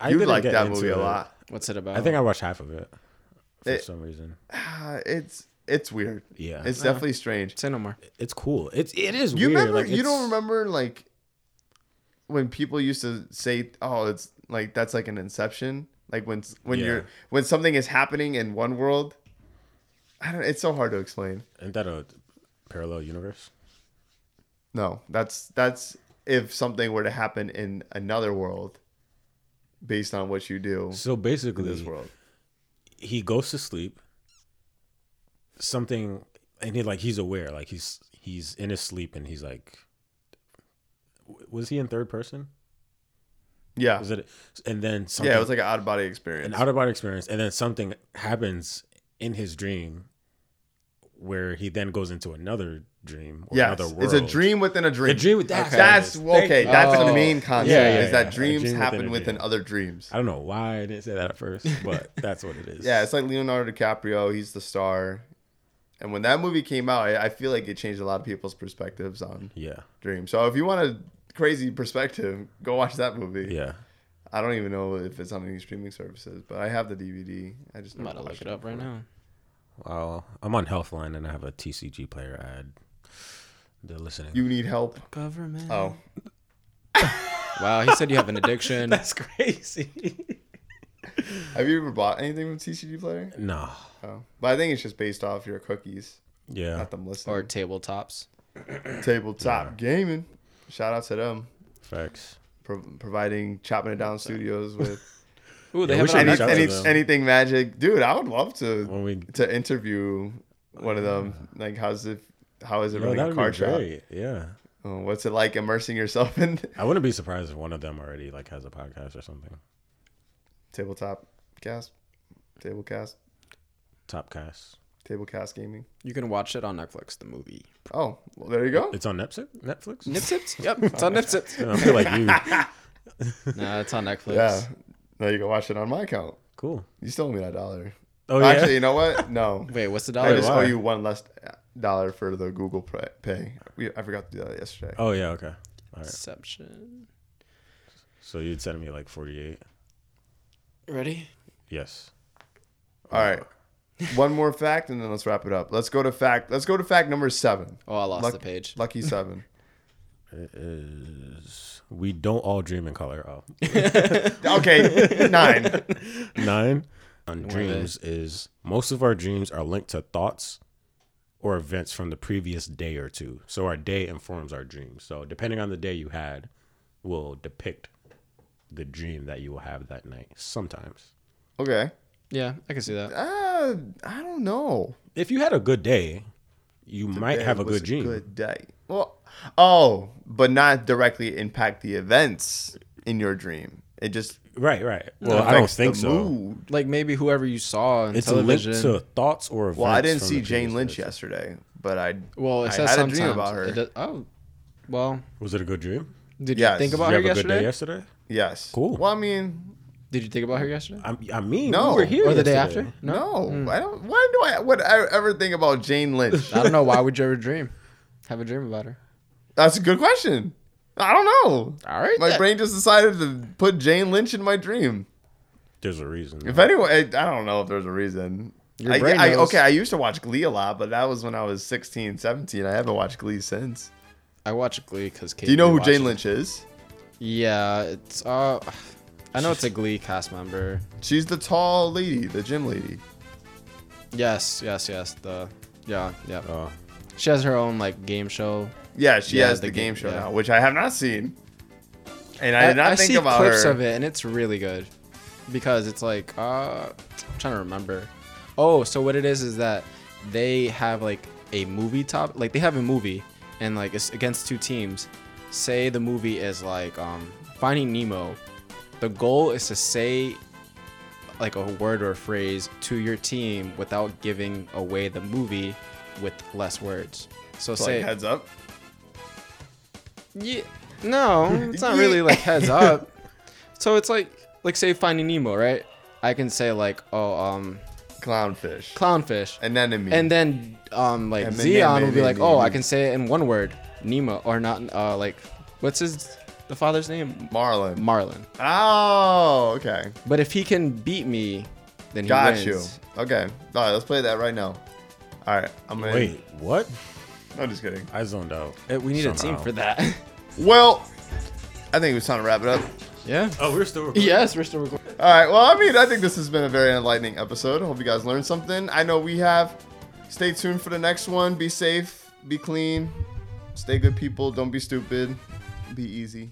Speaker 1: I
Speaker 2: You
Speaker 1: didn't
Speaker 2: like
Speaker 1: get
Speaker 2: that
Speaker 1: into
Speaker 2: movie a
Speaker 1: it.
Speaker 2: lot.
Speaker 3: What's it about?
Speaker 1: I think I watched half of it for
Speaker 2: It-
Speaker 1: some reason.
Speaker 2: Ah, it's it's weird.
Speaker 1: Yeah.
Speaker 2: It's
Speaker 1: Nah.
Speaker 2: definitely strange.
Speaker 3: Say no more.
Speaker 1: It's cool. It's it is
Speaker 2: You
Speaker 1: weird.
Speaker 2: remember?
Speaker 1: like,
Speaker 2: you don't
Speaker 1: it's-
Speaker 2: remember like when people used to say, "Oh, it's like that's like an Inception." Like when when
Speaker 1: Yeah.
Speaker 2: you're when something is happening in one world. I don't. It's so hard to explain.
Speaker 1: Isn't that a parallel universe?
Speaker 2: No, that's that's if something were to happen in another world, based on what you do
Speaker 1: So
Speaker 2: in this
Speaker 1: basically,
Speaker 2: world.
Speaker 1: he goes to sleep. Something, and he like he's aware, like he's he's in his sleep, and he's like, w- was he in third person?
Speaker 2: Yeah,
Speaker 1: Was it? And then something,
Speaker 2: yeah. It was like an out of body
Speaker 1: an
Speaker 2: experience.
Speaker 1: out of body experience, and then something happens in his dream, where he then goes into another dream or
Speaker 2: Yeah,
Speaker 1: another world.
Speaker 2: it's a dream within a dream.
Speaker 1: A dream with that.
Speaker 3: Okay.
Speaker 2: That's
Speaker 1: Thank
Speaker 2: okay.
Speaker 1: you.
Speaker 2: That's the
Speaker 3: Oh.
Speaker 2: main concept.
Speaker 1: Yeah, yeah,
Speaker 2: is that
Speaker 1: yeah. A
Speaker 2: dreams
Speaker 1: dream within
Speaker 2: happen
Speaker 1: a
Speaker 2: within,
Speaker 1: dream.
Speaker 2: other dreams.
Speaker 1: I don't know why I didn't say that at first, but that's what it is.
Speaker 2: Yeah, it's like Leonardo DiCaprio. He's the star. And when that movie came out, I, I feel like it changed a lot of people's perspectives on
Speaker 1: Yeah.
Speaker 2: dreams. So if you want a crazy perspective, go watch that movie.
Speaker 1: Yeah.
Speaker 2: I don't even know if it's on any streaming services, but I have the DVD. I just
Speaker 3: I'm
Speaker 2: never
Speaker 3: about to look
Speaker 2: watched
Speaker 3: it up right now.
Speaker 1: Wow. I'm on Healthline and I have a TCG player ad. They're listening.
Speaker 2: You need help.
Speaker 3: Government.
Speaker 2: Oh,
Speaker 3: Wow, he said you have an addiction.
Speaker 1: crazy.
Speaker 2: have you ever bought anything from TCG Player?
Speaker 1: no.
Speaker 2: Oh, but I think it's just based off your cookies,
Speaker 1: Yeah.
Speaker 2: not them listening.
Speaker 3: or tabletops.
Speaker 2: tabletop gaming. Shout out to them.
Speaker 1: Facts.
Speaker 2: pro- providing chopping it down studios with
Speaker 3: Ooh, they
Speaker 1: Yeah, we
Speaker 3: have
Speaker 1: should
Speaker 3: an
Speaker 2: any,
Speaker 1: reach out to
Speaker 2: any,
Speaker 1: them.
Speaker 2: anything magic dude i would love to
Speaker 1: When we
Speaker 2: to interview one of them like how's it how is it
Speaker 1: Yo,
Speaker 2: running
Speaker 1: that
Speaker 2: a
Speaker 1: would
Speaker 2: car
Speaker 1: be
Speaker 2: shop
Speaker 1: great. Yeah.
Speaker 2: Oh, what's it like immersing yourself in
Speaker 1: I wouldn't be surprised if one of them already like has a podcast or something.
Speaker 2: tabletop cast tablecast
Speaker 1: Top cast.
Speaker 2: tablecast gaming
Speaker 3: You can watch it on Netflix, the movie.
Speaker 2: oh well, there you go
Speaker 1: It's on Netflix. Netflix.
Speaker 3: Nipsips? Yep, it's on Nipsips.
Speaker 1: I feel like you.
Speaker 3: nah, it's on Netflix.
Speaker 2: yeah now you can watch it on my account
Speaker 1: Cool.
Speaker 2: you still owe me that dollar
Speaker 1: Oh yeah.
Speaker 2: actually you know what no
Speaker 3: Wait, what's the
Speaker 2: i
Speaker 3: dollar?
Speaker 2: just
Speaker 1: why?
Speaker 2: owe you one less dollar for the google Pay- pay we, i forgot to do that yesterday
Speaker 1: oh yeah. Okay. All right.
Speaker 3: Inception.
Speaker 1: So you'd send me like 48.
Speaker 3: Ready?
Speaker 1: Yes.
Speaker 2: All right. One more fact and then let's wrap it up. Let's go to fact. Let's go to fact number 7.
Speaker 3: Oh, I lost
Speaker 2: Luck-
Speaker 3: the page.
Speaker 2: Lucky 7.
Speaker 1: It is. We don't all dream in color. Oh.
Speaker 2: okay, 9.
Speaker 1: Nine on dreams is most of our dreams are linked to thoughts or events from the previous day or two. So our day informs our dreams. So depending on the day you had, will depict the dream that you will have that night. Sometimes,
Speaker 2: Okay.
Speaker 3: Yeah, I can see that.
Speaker 2: Uh, I don't know.
Speaker 1: if you had a good day, you might
Speaker 2: Today
Speaker 1: have a
Speaker 2: was
Speaker 1: good dream.
Speaker 2: Good day. Well, oh, but not directly impact the events in your dream. It just
Speaker 1: Right, right. Well, I don't
Speaker 2: affects the
Speaker 1: think so.
Speaker 2: mood.
Speaker 3: Like maybe whoever you saw on
Speaker 1: It's
Speaker 3: television.
Speaker 1: linked to thoughts or events.
Speaker 2: Well, I didn't
Speaker 1: from
Speaker 2: see
Speaker 1: the
Speaker 2: Jane
Speaker 1: previous
Speaker 2: Lynch
Speaker 1: day.
Speaker 2: yesterday, but I
Speaker 3: well, it
Speaker 2: I
Speaker 3: says
Speaker 2: had a
Speaker 3: sometimes.
Speaker 2: dream about her.
Speaker 3: It does- oh, well,
Speaker 1: Was it a good dream?
Speaker 3: did
Speaker 2: Yes.
Speaker 3: you think
Speaker 2: Did
Speaker 1: Did you
Speaker 3: about her
Speaker 1: have a good
Speaker 3: yesterday?
Speaker 1: day yesterday?
Speaker 2: yes.
Speaker 1: Cool.
Speaker 2: Well, I mean,
Speaker 3: Did you think about her yesterday?
Speaker 1: I, I mean,
Speaker 2: No.
Speaker 1: we were here
Speaker 3: or the day
Speaker 1: yesterday.
Speaker 3: after?
Speaker 2: no.
Speaker 3: Hmm.
Speaker 2: I don't why do I would I ever think about Jane Lynch?
Speaker 3: I don't know. Why would you ever dream? Have a dream about her.
Speaker 2: That's a good question. I don't know.
Speaker 3: All right.
Speaker 2: My
Speaker 3: then.
Speaker 2: brain just decided to put Jane Lynch in my dream.
Speaker 1: there's a reason.
Speaker 2: If anyone, I don't know if there's a reason.
Speaker 3: Your
Speaker 2: I-
Speaker 3: brain
Speaker 2: I-
Speaker 3: knows.
Speaker 2: okay, I used to watch Glee a lot, but that was when I was 16, 17. I haven't watched Glee since.
Speaker 3: I watch Glee because
Speaker 2: Do you know who Jane Lynch is?
Speaker 3: Yeah, it's uh, I know it's a Glee cast member.
Speaker 2: She's the tall lady, the gym lady.
Speaker 3: Yes, yes, yes. The yeah, yeah.
Speaker 1: Oh,
Speaker 3: She has her own like game show.
Speaker 2: Yeah, she
Speaker 3: Yeah,
Speaker 2: has the,
Speaker 3: the
Speaker 2: game,
Speaker 3: game-
Speaker 2: show
Speaker 3: yeah.
Speaker 2: now, which I have not seen. And I, did not think
Speaker 3: see
Speaker 2: about
Speaker 3: clips
Speaker 2: her.
Speaker 3: of it, and it's really good because it's like uh, I'm trying to remember. Oh, so what it is is that they have like a movie top, like they have a movie, and like it's against two teams. Say the movie is like um, Finding Nemo. The goal is to say like a word or a phrase to your team without giving away the movie with less words. So
Speaker 2: So,
Speaker 3: say
Speaker 2: like, heads up.
Speaker 3: yeah. No, it's not
Speaker 2: Yeah.
Speaker 3: really like heads up. So it's like like say Finding Nemo, right? I can say like oh um
Speaker 2: Clownfish.
Speaker 3: clownfish,
Speaker 2: Anemone.
Speaker 3: and then um like
Speaker 2: And then
Speaker 3: Zeon will
Speaker 2: maybe
Speaker 3: be like oh I
Speaker 2: Nemo.
Speaker 3: can say it in one word Nemo or not uh like what's his the father's name
Speaker 2: Marlin.
Speaker 3: Marlin.
Speaker 2: oh, okay.
Speaker 3: But if he can beat me, then he
Speaker 2: Got
Speaker 3: wins.
Speaker 2: you. Okay. All right, let's play that right now. All right, I'm gonna.
Speaker 1: wait, what?
Speaker 2: I'm just kidding.
Speaker 1: I zoned out.
Speaker 3: Eh, We need a team
Speaker 1: Somehow.
Speaker 3: for that.
Speaker 2: Well, I think it was time to wrap it up.
Speaker 3: yeah.
Speaker 1: Oh, we're still recording.
Speaker 3: Yes, we're still recording.
Speaker 2: All right. Well, I mean, I think this has been a very enlightening episode. I hope you guys learned something. I know we have. Stay tuned for the next one. Be safe. Be clean. Stay good people. Don't be stupid. Be easy.